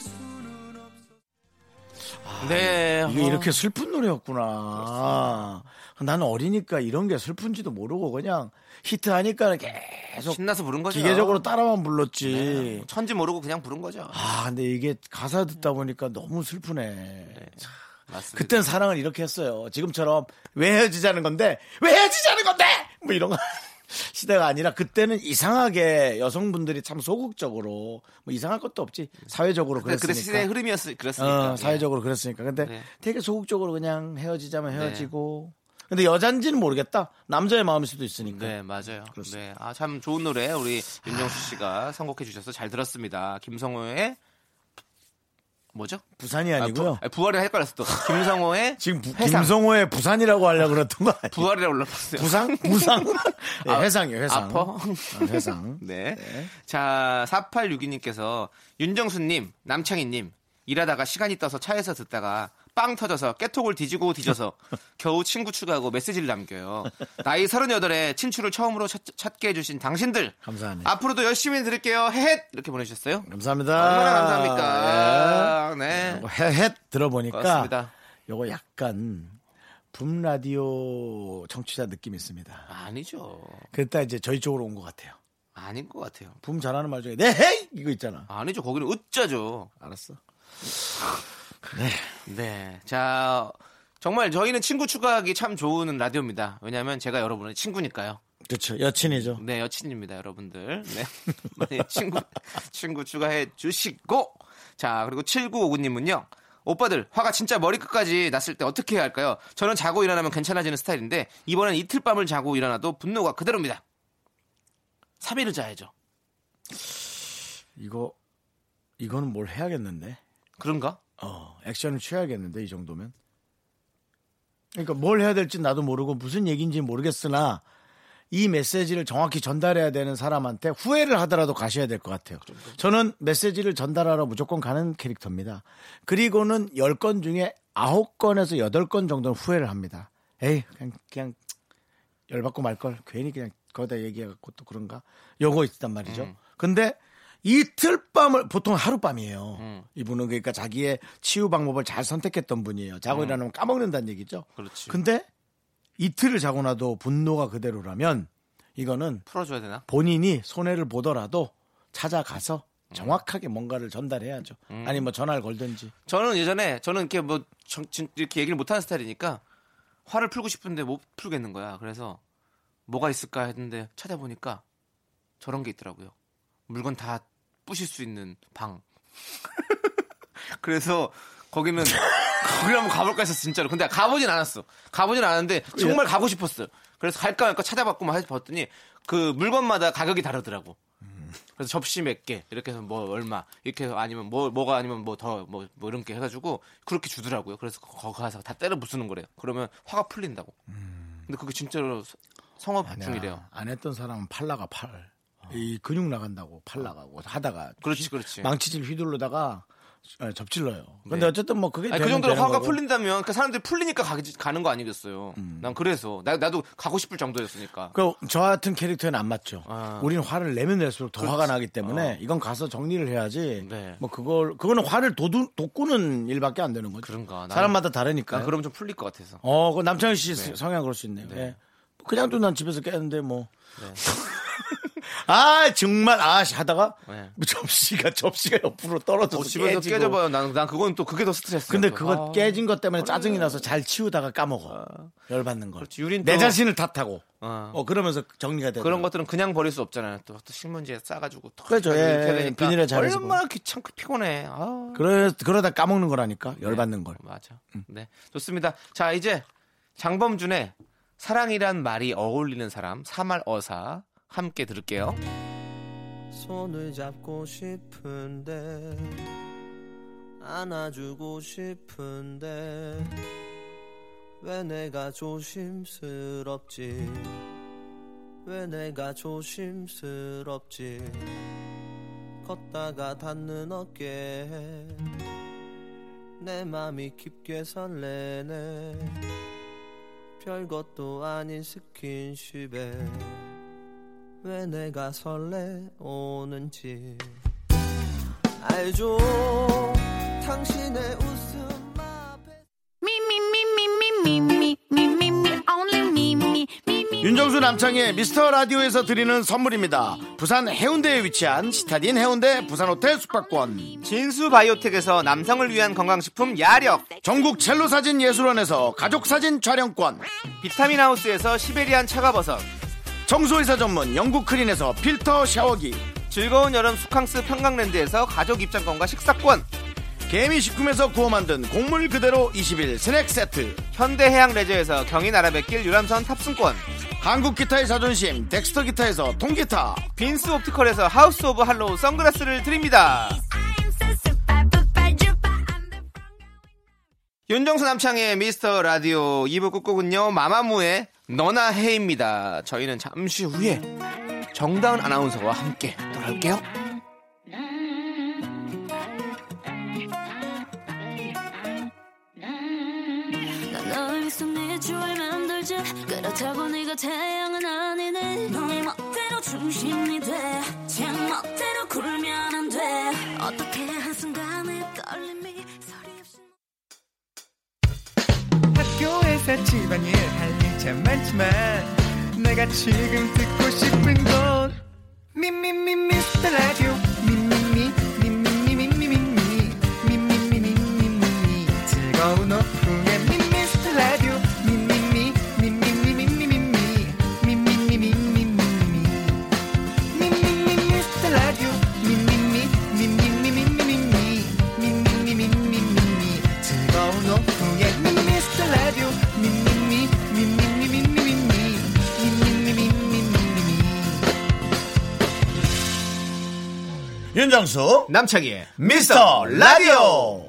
[SPEAKER 5] 수는 없어
[SPEAKER 2] 네.
[SPEAKER 1] 아, 이게
[SPEAKER 2] 어.
[SPEAKER 1] 이렇게 슬픈 노래였구나. 나는 어리니까 이런 게 슬픈지도 모르고 그냥 히트하니까 계속
[SPEAKER 2] 신나서 부른 거죠. 네, 뭐
[SPEAKER 1] 기계적으로 따라만 불렀지.
[SPEAKER 2] 천지 모르고 그냥 부른 거죠.
[SPEAKER 1] 아, 근데 이게 가사 듣다 보니까 너무 슬프네. 참.
[SPEAKER 2] 맞습니다.
[SPEAKER 1] 그땐 사랑을 이렇게 했어요. 지금처럼 왜 헤어지자는 건데 왜 헤어지자는 건데 뭐 이런 거 시대가 아니라 그때는 이상하게 여성분들이 참 소극적으로 뭐 이상할 것도 없지 사회적으로
[SPEAKER 2] 그때
[SPEAKER 1] 그랬으니까.
[SPEAKER 2] 그때 시대의 흐름이었을 그랬으니까.
[SPEAKER 1] 어, 사회적으로 그랬으니까. 근데
[SPEAKER 2] 네.
[SPEAKER 1] 되게 소극적으로 그냥 헤어지자면 헤어지고. 근데 여잔지는 모르겠다. 남자의 마음일 수도 있으니까.
[SPEAKER 2] 네, 맞아요.
[SPEAKER 1] 그렇습니다.
[SPEAKER 2] 네. 아, 참 좋은 노래 우리 윤정수 씨가 선곡해 주셔서 잘 들었습니다. 김성호의 뭐죠?
[SPEAKER 1] 부산이
[SPEAKER 2] 아,
[SPEAKER 1] 아니고요.
[SPEAKER 2] 부, 활이라 헷갈렸어 또. 김성호의
[SPEAKER 1] 지금 부-
[SPEAKER 2] 회상.
[SPEAKER 1] 김성호의 부산이라고 하려고 그랬던 거 아니에요?
[SPEAKER 2] 부활이라 올라갔어요.
[SPEAKER 1] 부상? 부상? 네, 회상이요, 회상.
[SPEAKER 2] 아퍼?
[SPEAKER 1] 아, 회상.
[SPEAKER 2] 네. 자, 4862님께서 윤정수님, 남창희님, 일하다가 시간이 떠서 차에서 듣다가 빵 터져서 깨톡을 뒤지고 뒤져서 겨우 친구 추가하고 메시지를 남겨요. 나이 38에 친추를 처음으로 찾, 찾게 해주신 당신들.
[SPEAKER 1] 감사합니다.
[SPEAKER 2] 앞으로도 열심히 들을게요. 헤헷! 이렇게 보내주셨어요.
[SPEAKER 1] 감사합니다.
[SPEAKER 2] 얼마나 감사합니까?
[SPEAKER 1] 예.
[SPEAKER 2] 아, 네.
[SPEAKER 1] 요거 헤헷 들어보니까
[SPEAKER 2] 고맙습니다.
[SPEAKER 1] 요거 약간 붐 라디오 청취자 느낌 이 있습니다.
[SPEAKER 2] 아니죠.
[SPEAKER 1] 그랬다 이제 저희 쪽으로 온 것 같아요.
[SPEAKER 2] 아닌 것 같아요.
[SPEAKER 1] 붐 잘하는 말 중에 네 헤이 이거 있잖아.
[SPEAKER 2] 아니죠. 거기는 으짜죠.
[SPEAKER 1] 알았어.
[SPEAKER 2] 네. 자, 정말 저희는 친구 추가하기 참 좋은 라디오입니다. 왜냐하면 제가 여러분의 친구니까요.
[SPEAKER 1] 그렇죠. 여친이죠.
[SPEAKER 2] 네, 여친입니다, 여러분들. 네. 많이 친구, 친구 추가해 주시고. 자, 그리고 7959님은요. 오빠들, 화가 진짜 머리끝까지 났을 때 어떻게 해야 할까요? 저는 자고 일어나면 괜찮아지는 스타일인데, 이번엔 이틀 밤을 자고 일어나도 분노가 그대로입니다. 3일을 자야죠.
[SPEAKER 1] 이거 이거는 뭘 해야겠는데.
[SPEAKER 2] 그런가?
[SPEAKER 1] 어, 액션을 취해야겠는데 이 정도면. 그러니까 뭘 해야 될지 나도 모르고 무슨 얘기인지 모르겠으나 이 메시지를 정확히 전달해야 되는 사람한테 후회를 하더라도 가셔야 될 것 같아요. 저는 메시지를 전달하러 무조건 가는 캐릭터입니다. 그리고는 10건 중에 9건에서 8건 정도는 후회를 합니다. 에이, 그냥, 그냥 열받고 말걸. 괜히 그냥 거기다 얘기해갖고 또 그런가? 요거 있단 말이죠.
[SPEAKER 2] 음.
[SPEAKER 1] 근데 이틀 밤을 보통 하룻밤이에요.
[SPEAKER 2] 음.
[SPEAKER 1] 이분은 그러니까 자기의 치유 방법을 잘 선택했던 분이에요. 자고 일어나면 까먹는다는 얘기죠.
[SPEAKER 2] 음. 그렇지.
[SPEAKER 1] 근데 이틀을 자고 나도 분노가 그대로라면 이거는
[SPEAKER 2] 풀어줘야 되나?
[SPEAKER 1] 본인이 손해를 보더라도 찾아가서
[SPEAKER 2] 음.
[SPEAKER 1] 정확하게 뭔가를 전달해야죠. 아니 뭐 전화를 걸든지.
[SPEAKER 2] 저는 예전에 저는 이렇게 뭐 정- 진- 이렇게 얘기를 못하는 스타일이니까 화를 풀고 싶은데 못 풀겠는 거야. 그래서 뭐가 있을까 했는데 찾아보니까 저런 게 있더라고요. 물건 다 부실 수 있는 방. 그래서 거기는 거기 한번 가볼까 해서 진짜로. 근데 가보진 않았어. 가보진 않았는데 정말
[SPEAKER 1] 예.
[SPEAKER 2] 가고 싶었어요. 그래서 갈까 말까 찾아봤고 막 해서 봤더니 그 물건마다 가격이 다르더라고. 그래서 접시 몇 개 이렇게 해서 뭐 얼마 이렇게 해서 아니면 뭐 뭐가 아니면 뭐 더 뭐 이런 게 해가지고 그렇게 주더라고요. 그래서 거기 가서 다 때려 부수는 거래요. 그러면 화가 풀린다고. 근데 그게 진짜로 서- 성업
[SPEAKER 1] 음. 아니야.
[SPEAKER 2] 중이래요.
[SPEAKER 1] 안 했던 사람은 팔 나가 팔. 이 근육 나간다고 팔 나가고 하다가
[SPEAKER 2] 그렇지 그렇지.
[SPEAKER 1] 망치질 휘둘러다가 어, 접질러요. 근데
[SPEAKER 2] 네.
[SPEAKER 1] 어쨌든 뭐 그게
[SPEAKER 2] 아니, 그
[SPEAKER 1] 되면
[SPEAKER 2] 정도로
[SPEAKER 1] 되는
[SPEAKER 2] 화가
[SPEAKER 1] 거고.
[SPEAKER 2] 풀린다면 그 사람들이 풀리니까 가, 는거 아니겠어요.
[SPEAKER 1] 음.
[SPEAKER 2] 난 그래서 나, 나도 가고 싶을 정도였으니까.
[SPEAKER 1] 그, 저 같은 캐릭터에는 안 맞죠.
[SPEAKER 2] 아. 어.
[SPEAKER 1] 우리는 화를 내면 낼수록 더 화가 나기 때문에 이건 가서 정리를 해야지.
[SPEAKER 2] 네.
[SPEAKER 1] 뭐 그걸 그거는 화를 도두, 돋구는 일밖에 안 되는 거죠.
[SPEAKER 2] 그런가. 나는- 네.
[SPEAKER 1] 사람마다 다르니까.
[SPEAKER 2] 난 그럼 좀 풀릴 것 같아서.
[SPEAKER 1] 어, 그 남창희 씨 성향 그럴 수 있네요. 예. 그냥 또 난 집에서 깨는데 뭐.
[SPEAKER 2] 네.
[SPEAKER 1] 아 정말 아 씨, 하다가
[SPEAKER 2] 네.
[SPEAKER 1] 뭐 접시가 접시가 옆으로 떨어져서
[SPEAKER 2] 어, 집에서
[SPEAKER 1] 깨지고.
[SPEAKER 2] 깨져봐요. 난, 난 그건 또 어. 그게 더 스트레스.
[SPEAKER 1] 근데 그거 깨진 것 때문에 짜증이 나서 잘 치우다가 까먹어 열받는 걸.
[SPEAKER 2] 그렇지, 유린
[SPEAKER 1] 내
[SPEAKER 2] 또-
[SPEAKER 1] 자신을 탓하고.
[SPEAKER 2] 어.
[SPEAKER 1] 어 그러면서 정리가 되고.
[SPEAKER 2] 그런 것들은 그냥 버릴 수 없잖아요. 또, 또 신문지에 싸가지고 탁
[SPEAKER 1] 그렇죠.
[SPEAKER 2] 해가지고
[SPEAKER 1] 예,
[SPEAKER 2] 이렇게
[SPEAKER 1] 예,
[SPEAKER 2] 되니까
[SPEAKER 1] 비닐에 잘해서
[SPEAKER 2] 얼마나 귀찮고 피곤해. 아.
[SPEAKER 1] 그래 그러다 까먹는 거라니까 열받는 걸. 음.
[SPEAKER 2] 맞아. 네. 좋습니다. 자, 이제 장범준의 사랑이란 말이 어울리는 사람 사말 어사 함께 들을게요.
[SPEAKER 6] 손을 잡고 싶은데 안아주고 싶은데 왜 내가 조심스럽지 왜 내가 조심스럽지 걷다가 닿는 어깨에 내 맘이 깊게 설레네 별것도 아닌 스킨십에 왜 내가 설레오는지 알죠 당신의 웃음 앞에
[SPEAKER 7] Me, me, me, me, me, me, me, me, me, me, only me, me, me, me.
[SPEAKER 1] 윤정수 남창의 미스터 라디오에서 드리는 선물입니다. 부산 해운대에 위치한 시타딘 해운대 부산 호텔 숙박권.
[SPEAKER 2] 진수 바이오텍에서 남성을 위한 건강식품 야력.
[SPEAKER 1] 전국 첼로 사진 예술원에서 가족 사진 촬영권.
[SPEAKER 2] 비타민 하우스에서 시베리안 차가버섯.
[SPEAKER 1] 청소회사 전문 영국 크린에서 필터 샤워기.
[SPEAKER 2] 즐거운 여름 수캉스 평강랜드에서 가족 입장권과 식사권.
[SPEAKER 1] 개미 식품에서 구워 만든 곡물 그대로 20일 스낵 세트.
[SPEAKER 2] 현대해양 레저에서 경인아라뱃길 유람선 탑승권.
[SPEAKER 1] 한국 기타의 자존심 덱스터 기타에서 통기타.
[SPEAKER 2] 빈스 옵티컬에서 하우스 오브 할로우 선글라스를 드립니다. 윤정수 남창의 미스터 라디오 2부 끝곡은요 마마무의 너나 해입니다. 저희는 잠시 후에 정다은 아나운서와 함께 돌아올게요.
[SPEAKER 3] 너를 속내 주얼 만들지 그렇다고 네가 태양은 아니네 너의 멋대로 중심이 돼제 멋대로 굴면 안돼 어떻게 한순간에 떨림이 소리 없이
[SPEAKER 7] 학교에서 집안일 할 일 참 많지만 내가 지금 듣고 싶은 건 미미미 미스터 라디오 미미미 미미미 미미미 미미미 미미미 즐거운 오후에 미스터 라디오 미미미 미미미 미미미 미미미 미미미
[SPEAKER 1] 윤정수
[SPEAKER 2] 남창희의
[SPEAKER 1] 미스터 라디오.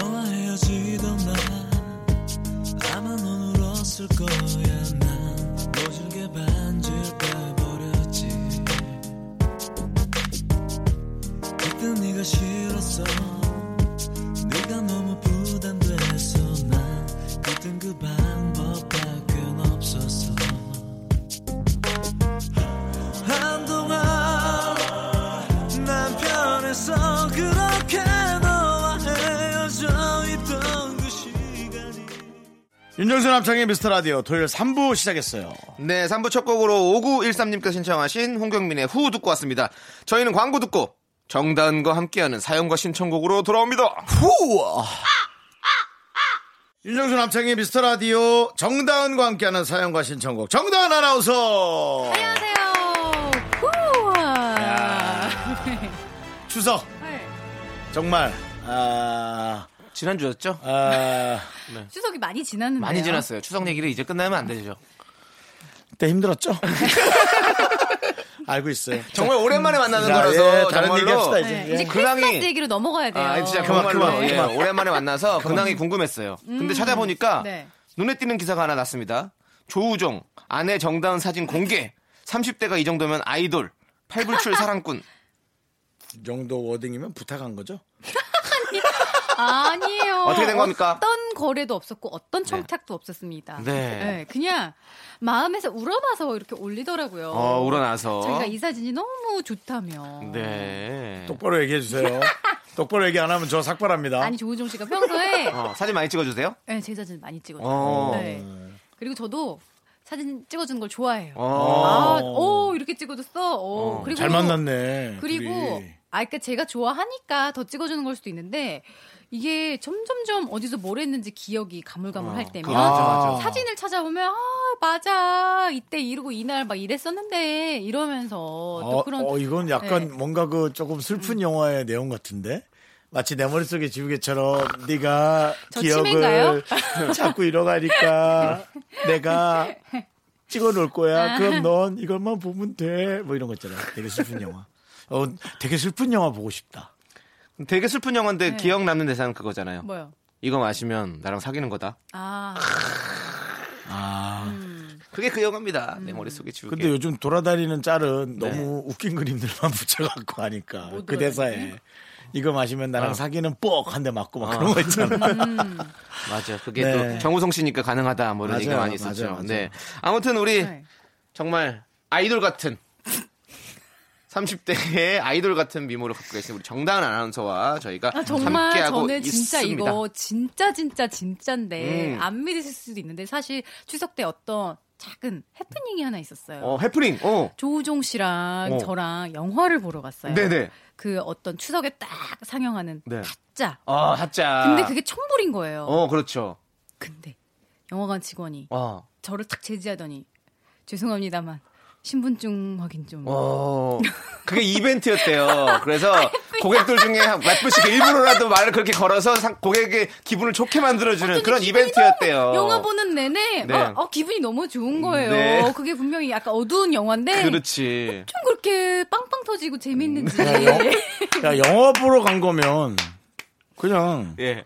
[SPEAKER 5] 너와 헤어지던 날 아마 넌 울었을 거야 난 모질게 반지를 빼버렸지 그때 네가 싫었어 네가 너무 부담돼서 난 그땐 그 방법밖에 없었어 한동안 난 편해서 그렇게 너와 헤어져 있던 그 시간이
[SPEAKER 1] 윤정수 남창의 미스터 라디오 토요일 3부 시작했어요.
[SPEAKER 2] 네 3부 첫 곡으로 5913님께서 신청하신 홍경민의 후 듣고 왔습니다. 저희는 광고 듣고 정다은과 함께하는 사연과 신청곡으로 돌아옵니다.
[SPEAKER 1] 후! 윤정수 남창의 미스터 라디오 정다은과 함께하는 사연과 신청곡 정다은 아나운서.
[SPEAKER 8] 안녕하세요.
[SPEAKER 1] 추석 정말 아,
[SPEAKER 2] 지난주였죠?
[SPEAKER 1] 아
[SPEAKER 8] 추석이 많이 지났는데.
[SPEAKER 2] 많이 지났어요. 추석 얘기를 이제 끝나면 안 되죠.
[SPEAKER 1] 그때 힘들었죠? 알고 있어요.
[SPEAKER 2] 정말 오랜만에 만나는
[SPEAKER 1] 자,
[SPEAKER 2] 거라서
[SPEAKER 1] 예, 다른
[SPEAKER 2] 정말로
[SPEAKER 1] 얘기합시다 이제.
[SPEAKER 8] 네,
[SPEAKER 1] 예.
[SPEAKER 8] 이제
[SPEAKER 2] 근황이-
[SPEAKER 8] 크리스마스 얘기로 넘어가야 돼요.
[SPEAKER 2] 아, 진짜
[SPEAKER 1] 그만,
[SPEAKER 2] 정말로
[SPEAKER 1] 그만,
[SPEAKER 2] 예,
[SPEAKER 1] 그만.
[SPEAKER 2] 오랜만에 만나서 근황이 궁금했어요. 근데 찾아보니까
[SPEAKER 8] 네.
[SPEAKER 2] 눈에 띄는 기사가 하나 났습니다. 조우종 아내 정다은 사진 공개. 30대가 이 정도면 아이돌. 팔불출 사랑꾼.
[SPEAKER 1] 이 정도 워딩이면 부탁한 거죠?
[SPEAKER 8] 아니에요.
[SPEAKER 2] 예. 어떻게 된 겁니까?
[SPEAKER 8] 어떤 거래도 없었고 어떤 청탁도 없었습니다.
[SPEAKER 2] 네.
[SPEAKER 8] 그냥 마음에서 우러나서 이렇게 올리더라고요.
[SPEAKER 2] 어, 우러나서.
[SPEAKER 8] 자기가 이 사진이 너무 좋다며.
[SPEAKER 2] 네.
[SPEAKER 1] 똑바로 얘기해 주세요. 똑바로 얘기 안 하면 저 삭발합니다.
[SPEAKER 8] 아니 조우종 씨가 평소에
[SPEAKER 2] 어, 사진 많이 찍어주세요.
[SPEAKER 8] 네, 제 사진 많이 찍어줘요.
[SPEAKER 2] 어.
[SPEAKER 8] 네. 그리고 저도 사진 찍어주는 걸 좋아해요.
[SPEAKER 2] 어.
[SPEAKER 8] 아, 오 이렇게 찍어줬어. 오, 그리고
[SPEAKER 1] 잘 만났네.
[SPEAKER 8] 그리고
[SPEAKER 1] 둘이.
[SPEAKER 8] 아 그러니까 제가 좋아하니까 더 찍어주는 걸 수도 있는데 이게 점점점 어디서 뭘 했는지 기억이 가물가물할 때면
[SPEAKER 2] 그렇죠,
[SPEAKER 1] 맞아. 그렇죠.
[SPEAKER 8] 사진을 찾아보면 아 맞아 이때 이러고 이날 막 이랬었는데 이러면서 또
[SPEAKER 1] 어,
[SPEAKER 8] 그런
[SPEAKER 1] 어, 이건 약간
[SPEAKER 8] 네. 음.
[SPEAKER 1] 뭔가 그 조금 슬픈 영화의 내용 같은데 마치 내 머릿속에 지우개처럼 네가
[SPEAKER 8] 저
[SPEAKER 1] 기억을
[SPEAKER 8] 치매인가요?
[SPEAKER 1] 자꾸 잃어가니까 내가 찍어 놓을
[SPEAKER 8] 아.
[SPEAKER 1] 거야. 그럼 넌 이것만 보면 돼. 뭐 이런 거 있잖아. 되게 슬픈 영화. 어, 되게 슬픈 영화 보고 싶다.
[SPEAKER 2] 되게 슬픈 영화인데 기억 남는 대사는 그거잖아요.
[SPEAKER 8] 네. 뭐요?
[SPEAKER 2] 이거 마시면 나랑 사귀는 거다.
[SPEAKER 8] 아
[SPEAKER 2] 그게 그 영화입니다.
[SPEAKER 8] 음.
[SPEAKER 2] 내 머릿속에 지우개.
[SPEAKER 1] 근데 요즘 돌아다니는 짤은
[SPEAKER 2] 네.
[SPEAKER 1] 너무 웃긴 그림들만 붙여갖고 하니까 그 대사에 이거 마시면 나랑
[SPEAKER 2] 어.
[SPEAKER 1] 사귀는 뻑! 한 대 맞고 막 그런 거 있잖아.
[SPEAKER 2] 음. 맞아. 그게
[SPEAKER 1] 네.
[SPEAKER 2] 또 정우성 씨니까 가능하다. 뭐 이런
[SPEAKER 1] 맞아요,
[SPEAKER 2] 얘기가 많이 있었죠.
[SPEAKER 1] 맞아요, 맞아요.
[SPEAKER 2] 네. 아무튼 우리
[SPEAKER 8] 네.
[SPEAKER 2] 정말 아이돌 같은 30대의 아이돌 같은 미모를 갖고 계신 우리 정다은 아나운서와 저희가
[SPEAKER 8] 아, 정말
[SPEAKER 2] 함께하고
[SPEAKER 8] 저는 진짜
[SPEAKER 2] 있습니다.
[SPEAKER 8] 이거 진짜 진짜 진짜인데
[SPEAKER 2] 음.
[SPEAKER 8] 안 믿으실 수도 있는데 사실 추석 때 어떤 작은 해프닝이 하나 있었어요.
[SPEAKER 2] 어, 해프닝. 어.
[SPEAKER 8] 조우종 씨랑
[SPEAKER 2] 어.
[SPEAKER 8] 저랑 영화를 보러 갔어요.
[SPEAKER 2] 네네.
[SPEAKER 8] 그 어떤 추석에 딱 상영하는
[SPEAKER 2] 네.
[SPEAKER 8] 가짜.
[SPEAKER 2] 어, 하자.
[SPEAKER 8] 근데 그게 청불인 거예요.
[SPEAKER 2] 어, 그렇죠.
[SPEAKER 8] 근데 영화관 직원이
[SPEAKER 2] 어.
[SPEAKER 8] 저를 탁 제지하더니 죄송합니다만 신분증 확인 좀.
[SPEAKER 2] 어. 그게 이벤트였대요. 그래서 고객들 중에 한 몇 분씩 일부러라도 말을 그렇게 걸어서 상- 고객의 기분을 좋게 만들어주는 그런
[SPEAKER 8] 기분이
[SPEAKER 2] 이벤트였대요.
[SPEAKER 8] 너무- 영화 보는 내내
[SPEAKER 2] 네.
[SPEAKER 8] 어, 어, 기분이 너무 좋은 거예요.
[SPEAKER 2] 네. 그렇죠.
[SPEAKER 8] 그게 분명히 약간 어두운 영화인데
[SPEAKER 2] 그렇지.
[SPEAKER 8] 좀 그렇게 빵빵 터지고 재밌는지.
[SPEAKER 2] 음.
[SPEAKER 1] 야, 영화 보러 간 거면 그냥
[SPEAKER 2] 예.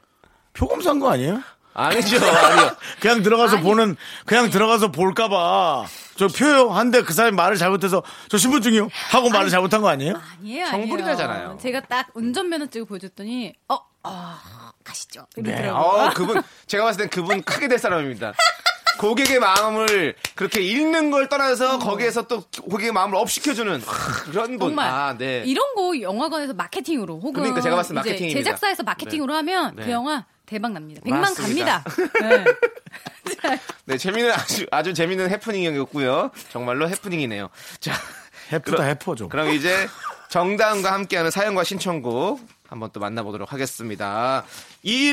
[SPEAKER 1] 표금 산 거 아니에요?
[SPEAKER 2] 아니죠. 아니요.
[SPEAKER 1] 그냥 들어가서 보는 그냥 들어가서 볼까봐 저 표요 한데 그 사람이 말을 잘못해서 저 신분증이요 하고 말을 잘못한 거 아니에요?
[SPEAKER 8] 아니에요.
[SPEAKER 2] 정불이
[SPEAKER 8] 예, 아니에요.
[SPEAKER 2] 나잖아요.
[SPEAKER 8] 제가 딱 운전면허증을 보여줬더니 어, 아, 가시죠.
[SPEAKER 2] 네.
[SPEAKER 8] 이러더라고요.
[SPEAKER 2] 어, 그분 제가 봤을 땐 그분 크게 될 사람입니다. 고객의 마음을 그렇게 읽는 걸 떠나서 거기에서 또 고객의 마음을 업시켜주는 그런 분.
[SPEAKER 8] 정말
[SPEAKER 2] 아, 네.
[SPEAKER 8] 이런 거 영화관에서 마케팅으로 혹은
[SPEAKER 2] 그러니까 제가 봤을 때
[SPEAKER 8] 이제
[SPEAKER 2] 마케팅입니다.
[SPEAKER 8] 제작사에서 마케팅으로 하면
[SPEAKER 2] 네.
[SPEAKER 8] 그 영화 대박 납니다. 100만
[SPEAKER 2] 맞습니다.
[SPEAKER 8] 갑니다. 네.
[SPEAKER 2] 네, 재미는 아주 아주 재미있는 해프닝이었고요. 정말로 해프닝이네요. 자,
[SPEAKER 1] 해프다
[SPEAKER 2] 그럼-
[SPEAKER 1] 해퍼 좀.
[SPEAKER 2] 그럼 이제 정다은과 함께하는 사연과 신청곡 한번 또 만나보도록 하겠습니다.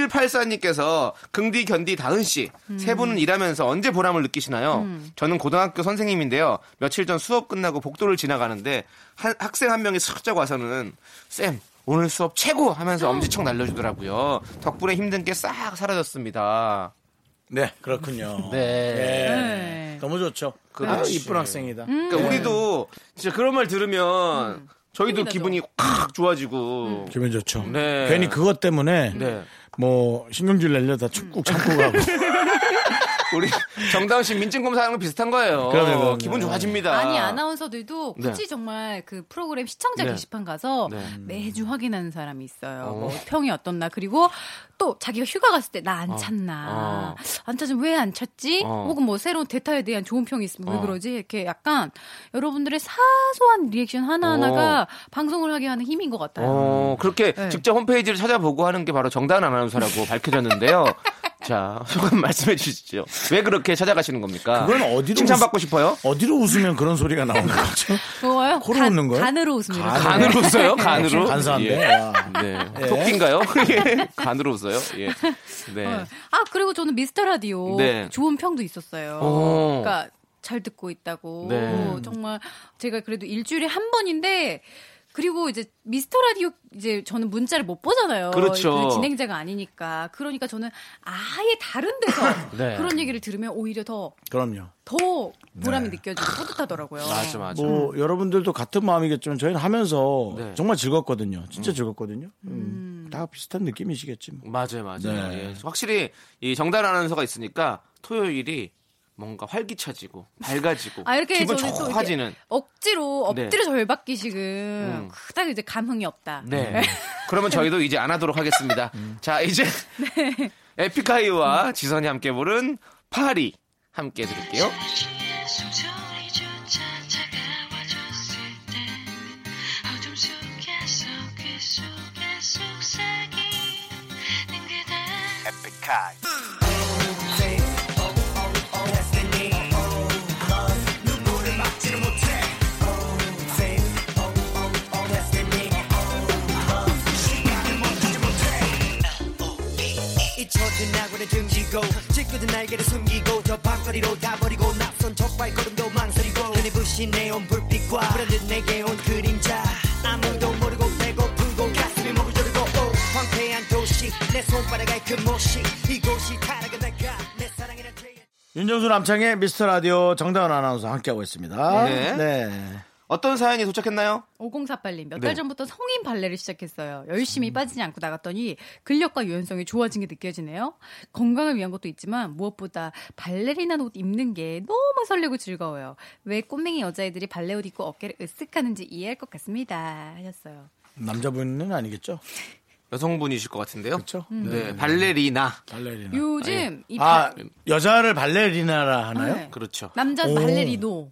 [SPEAKER 2] 2184님께서 긍디 견디 다은 씨 세
[SPEAKER 8] 음.
[SPEAKER 2] 분은 일하면서 언제 보람을 느끼시나요? 저는 고등학교 선생님인데요. 며칠 전 수업 끝나고 복도를 지나가는데 한- 학생 한 명이 슬쩍 와서는 쌤 오늘 수업 최고 하면서 엄지척 날려주더라고요. 덕분에 힘든 게 싹 사라졌습니다.
[SPEAKER 1] 네 그렇군요.
[SPEAKER 2] 네.
[SPEAKER 8] 네.
[SPEAKER 1] 너무 좋죠. 아
[SPEAKER 2] 그렇지.
[SPEAKER 1] 이쁜 학생이다.
[SPEAKER 2] 그러니까 우리도 진짜 그런 말 들으면 저희도
[SPEAKER 8] 음. 네. 힘이 나죠. 음.
[SPEAKER 2] 기분이 확 좋아지고
[SPEAKER 1] 기분 좋죠.
[SPEAKER 2] 네.
[SPEAKER 1] 괜히 그것 때문에
[SPEAKER 2] 네.
[SPEAKER 1] 뭐 신경질 내려다 축꾹 참고 가고.
[SPEAKER 2] 우리 정다은 씨 민증 검사하는 거 비슷한 거예요.
[SPEAKER 1] 그럼요, 그럼요.
[SPEAKER 2] 기분 좋아집니다.
[SPEAKER 8] 아니 아나운서들도 굳이
[SPEAKER 2] 네.
[SPEAKER 8] 정말 그 프로그램 시청자
[SPEAKER 2] 네.
[SPEAKER 8] 게시판 가서
[SPEAKER 2] 네.
[SPEAKER 8] 매주 확인하는 사람이 있어요.
[SPEAKER 2] 어.
[SPEAKER 8] 뭐 평이 어떻나 그리고 또 자기가 휴가 갔을 때 나 안 찼나
[SPEAKER 2] 어.
[SPEAKER 8] 안 찼으면 왜 안 찼지?
[SPEAKER 2] 어.
[SPEAKER 8] 혹은 뭐 새로운 대타에 대한 좋은 평이 있으면 왜
[SPEAKER 2] 어.
[SPEAKER 8] 그러지? 이렇게 약간 여러분들의 사소한 리액션 하나 하나가 방송을 하게 하는 힘인 것 같아요.
[SPEAKER 2] 어, 그렇게
[SPEAKER 8] 네.
[SPEAKER 2] 직접 홈페이지를 찾아보고 하는 게 바로 정다은 아나운서라고 밝혀졌는데요. 자, 소감 말씀해 주시죠. 왜 그렇게 찾아가시는 겁니까?
[SPEAKER 1] 그건 어디로
[SPEAKER 2] 칭찬받고 싶어요?
[SPEAKER 1] 어디로 웃으면 그런 소리가 나오는 그렇죠? 거죠?
[SPEAKER 8] 좋아요.
[SPEAKER 1] 코로
[SPEAKER 8] 간-
[SPEAKER 1] 웃는 거예요?
[SPEAKER 8] 간으로 웃습니다.
[SPEAKER 2] 간으로 웃어요? 간으로?
[SPEAKER 1] 네. 간사한데. 아,
[SPEAKER 2] 예.
[SPEAKER 1] 와.
[SPEAKER 2] 네. 토끼인가요? 예. 간으로 웃어요? 예.
[SPEAKER 8] 어.
[SPEAKER 2] 네.
[SPEAKER 8] 아 그리고 저는 미스터 라디오
[SPEAKER 2] 네.
[SPEAKER 8] 좋은 평도 있었어요.
[SPEAKER 2] 오.
[SPEAKER 8] 그러니까 잘 듣고 있다고
[SPEAKER 2] 네.
[SPEAKER 8] 정말 제가 그래도 일주일에 한 번인데 그리고 이제 미스터 라디오 이제 저는 문자를 못 보잖아요.
[SPEAKER 2] 그렇죠.
[SPEAKER 8] 그 진행자가 아니니까 그러니까 저는 아예 다른 데서
[SPEAKER 2] 네.
[SPEAKER 8] 그런 얘기를 들으면 오히려 더
[SPEAKER 1] 그럼요.
[SPEAKER 8] 더 보람이 느껴지고 뿌듯하더라고요.
[SPEAKER 2] 네. 맞아, 맞아. 음.
[SPEAKER 1] 뭐 여러분들도 같은 마음이겠지만 저희는 하면서
[SPEAKER 2] 네.
[SPEAKER 1] 정말 즐겁거든요. 진짜 즐겁거든요. 음, 다 비슷한 느낌이시겠지. 뭐.
[SPEAKER 2] 맞아요, 맞아요.
[SPEAKER 1] 네.
[SPEAKER 2] 예. 확실히 이 정단 아나운서가 있으니까 토요일이 뭔가 활기차지고 밝아지고
[SPEAKER 8] 아, 이렇게
[SPEAKER 2] 기분
[SPEAKER 8] 저는 또
[SPEAKER 2] 좋아지는.
[SPEAKER 8] 억지로
[SPEAKER 2] 네. 음.
[SPEAKER 8] 엎드려 절박기식은 그닥 이제 감흥이 없다.
[SPEAKER 2] 네. 그러면 저희도 이제 안 하도록 하겠습니다.
[SPEAKER 8] 음.
[SPEAKER 2] 자, 이제
[SPEAKER 8] 네.
[SPEAKER 2] 에픽하이와 지선이 함께 부른 파리 함께 들을게요.
[SPEAKER 6] 잊혀진 낙원에 등지고 찢겨진 날개를 숨기고 저 밤거리로 다 버리고 낯선 첫 발걸음도 망설이고 눈이 부신 네온 불빛과 불현듯 내게 온 그림자 아무도 모르고 배고프고 가슴이 목을 조르고 오 황폐한 도시 내 손바닥에 그 모시 이곳이 타락은 내가 내 사랑이란 죄의
[SPEAKER 1] 윤정수 남창의 미스터 라디오 정다은 아나운서 함께하고 있습니다.
[SPEAKER 2] 네. 어떤 사연이 도착했나요?
[SPEAKER 8] 5048님 몇
[SPEAKER 2] 네. 음.
[SPEAKER 8] 달 전부터 성인 발레를 시작했어요. 열심히 빠지지 않고 나갔더니 근력과 유연성이 좋아진 게 느껴지네요. 건강을 위한 것도 있지만 무엇보다 발레리나 옷 입는 게 너무 설레고 즐거워요. 왜 꽃맹이 여자애들이 발레 옷 입고 어깨를 으쓱하는지 이해할 것 같습니다. 하셨어요.
[SPEAKER 1] 남자분은 아니겠죠?
[SPEAKER 2] 여성분이실 것 같은데요.
[SPEAKER 1] 그렇죠?
[SPEAKER 8] 음.
[SPEAKER 2] 네, 발레리나.
[SPEAKER 1] 발레리나.
[SPEAKER 8] 요즘 이
[SPEAKER 1] 아,
[SPEAKER 8] 발,
[SPEAKER 1] 여자를 발레리나라 하나요?
[SPEAKER 8] 네.
[SPEAKER 2] 그렇죠.
[SPEAKER 8] 남자
[SPEAKER 1] 오.
[SPEAKER 8] 발레리노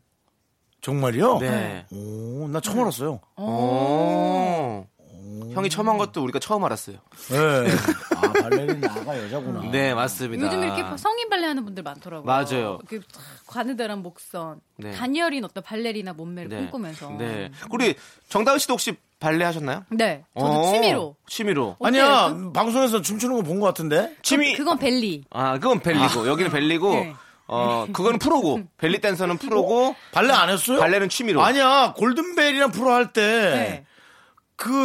[SPEAKER 1] 정말요?
[SPEAKER 2] 네.
[SPEAKER 1] 오, 나 처음 알았어요.
[SPEAKER 2] 오. 형이 처음 한 것도 우리가 처음 알았어요.
[SPEAKER 1] 네. 아, 발레리나가 여자구나.
[SPEAKER 2] 네, 맞습니다.
[SPEAKER 8] 아. 요즘 이렇게 성인 발레 하는 분들 많더라고요.
[SPEAKER 2] 맞아요.
[SPEAKER 8] 그 가느다란 목선,
[SPEAKER 2] 네.
[SPEAKER 8] 단열인 어떤 발레리나 몸매를 꿈꾸면서.
[SPEAKER 2] 네. 우리 정다은 씨도 혹시 발레 하셨나요?
[SPEAKER 8] 네, 저도
[SPEAKER 2] 어,
[SPEAKER 8] 취미로.
[SPEAKER 2] 취미로.
[SPEAKER 1] 아니야,
[SPEAKER 8] 어때요?
[SPEAKER 1] 방송에서 춤추는 거 본 것 같은데?
[SPEAKER 2] 취미.
[SPEAKER 8] 그건 벨리.
[SPEAKER 2] 아, 그건 벨리고 여기는 벨리고
[SPEAKER 8] 네.
[SPEAKER 2] 어, 그거는 프로고 벨리 댄서는 프로고
[SPEAKER 1] 발레 안 했어요?
[SPEAKER 2] 발레는 취미로.
[SPEAKER 1] 아니야, 골든벨이랑 프로 할 때
[SPEAKER 8] 네.
[SPEAKER 1] 그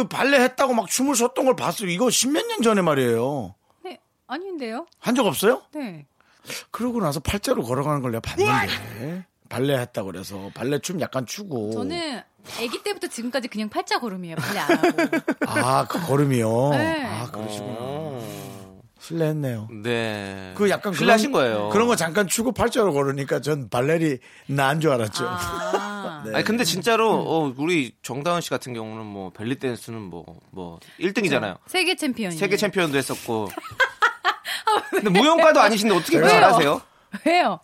[SPEAKER 1] 발레 했다고 막 춤을 췄던 걸 봤어요. 이거 십몇 년 전에 말이에요.
[SPEAKER 8] 네, 아닌데요?
[SPEAKER 1] 한 적 없어요?
[SPEAKER 8] 네.
[SPEAKER 1] 그러고 나서 팔자로 걸어가는 걸 내가 봤는데. 발레 했다고 그래서 발레 춤 약간 추고.
[SPEAKER 8] 저는 아기 때부터 지금까지 그냥 팔자 걸음이에요. 발레 안 하고.
[SPEAKER 1] 아, 그 걸음이요.
[SPEAKER 8] 네.
[SPEAKER 1] 아, 그러시구나.
[SPEAKER 2] 어.
[SPEAKER 1] 실례했네요.
[SPEAKER 2] 네.
[SPEAKER 1] 그 약간
[SPEAKER 2] 실례하신
[SPEAKER 1] 그런-
[SPEAKER 2] 거예요.
[SPEAKER 1] 그런 거 잠깐 추고 팔자로 걸으니까 전 발레리 나인 줄 알았죠.
[SPEAKER 8] 아.
[SPEAKER 1] 네.
[SPEAKER 2] 아니 근데 진짜로 어, 우리 정다은 씨 같은 경우는 뭐 벨리 댄스는 뭐 뭐 1등이잖아요.
[SPEAKER 8] 세계 챔피언이.
[SPEAKER 2] 세계 챔피언도 했었고. 근데 무용가도 아니신데 어떻게 그걸
[SPEAKER 8] 왜요?
[SPEAKER 2] 하세요?
[SPEAKER 8] 왜요?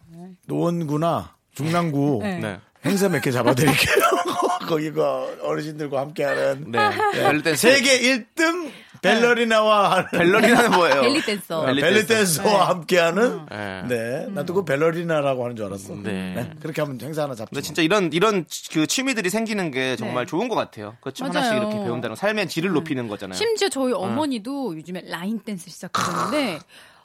[SPEAKER 1] 노원구나 중랑구
[SPEAKER 8] 네.
[SPEAKER 2] 네.
[SPEAKER 1] 행사 몇 개 잡아드릴게요. 거기 그 어르신들과 함께하는
[SPEAKER 2] 네. 벨리 댄스.
[SPEAKER 1] 세계 1등 벨러리나와 하는
[SPEAKER 2] 네.
[SPEAKER 1] 어,
[SPEAKER 2] 벨러리나는 뭐예요?
[SPEAKER 8] 벨리 댄서.
[SPEAKER 2] 벨리
[SPEAKER 1] 벨리
[SPEAKER 2] 댄서.
[SPEAKER 1] 댄서와 함께하는
[SPEAKER 2] 네.
[SPEAKER 1] 네. 나도 그 벨러리나라고 하는 줄 알았어.
[SPEAKER 2] 네.
[SPEAKER 1] 네. 그렇게 하면 행사 하나 잡죠.
[SPEAKER 2] 근데 진짜 이런 이런 그 취미들이 생기는 게 정말
[SPEAKER 8] 네.
[SPEAKER 2] 좋은 것 같아요. 그렇죠.
[SPEAKER 8] 맞아요.
[SPEAKER 2] 하나씩 이렇게 배운다는 건 삶의 질을 높이는 거잖아요.
[SPEAKER 8] 심지어 저희 어머니도 요즘에 라인 댄스 시작하셨는데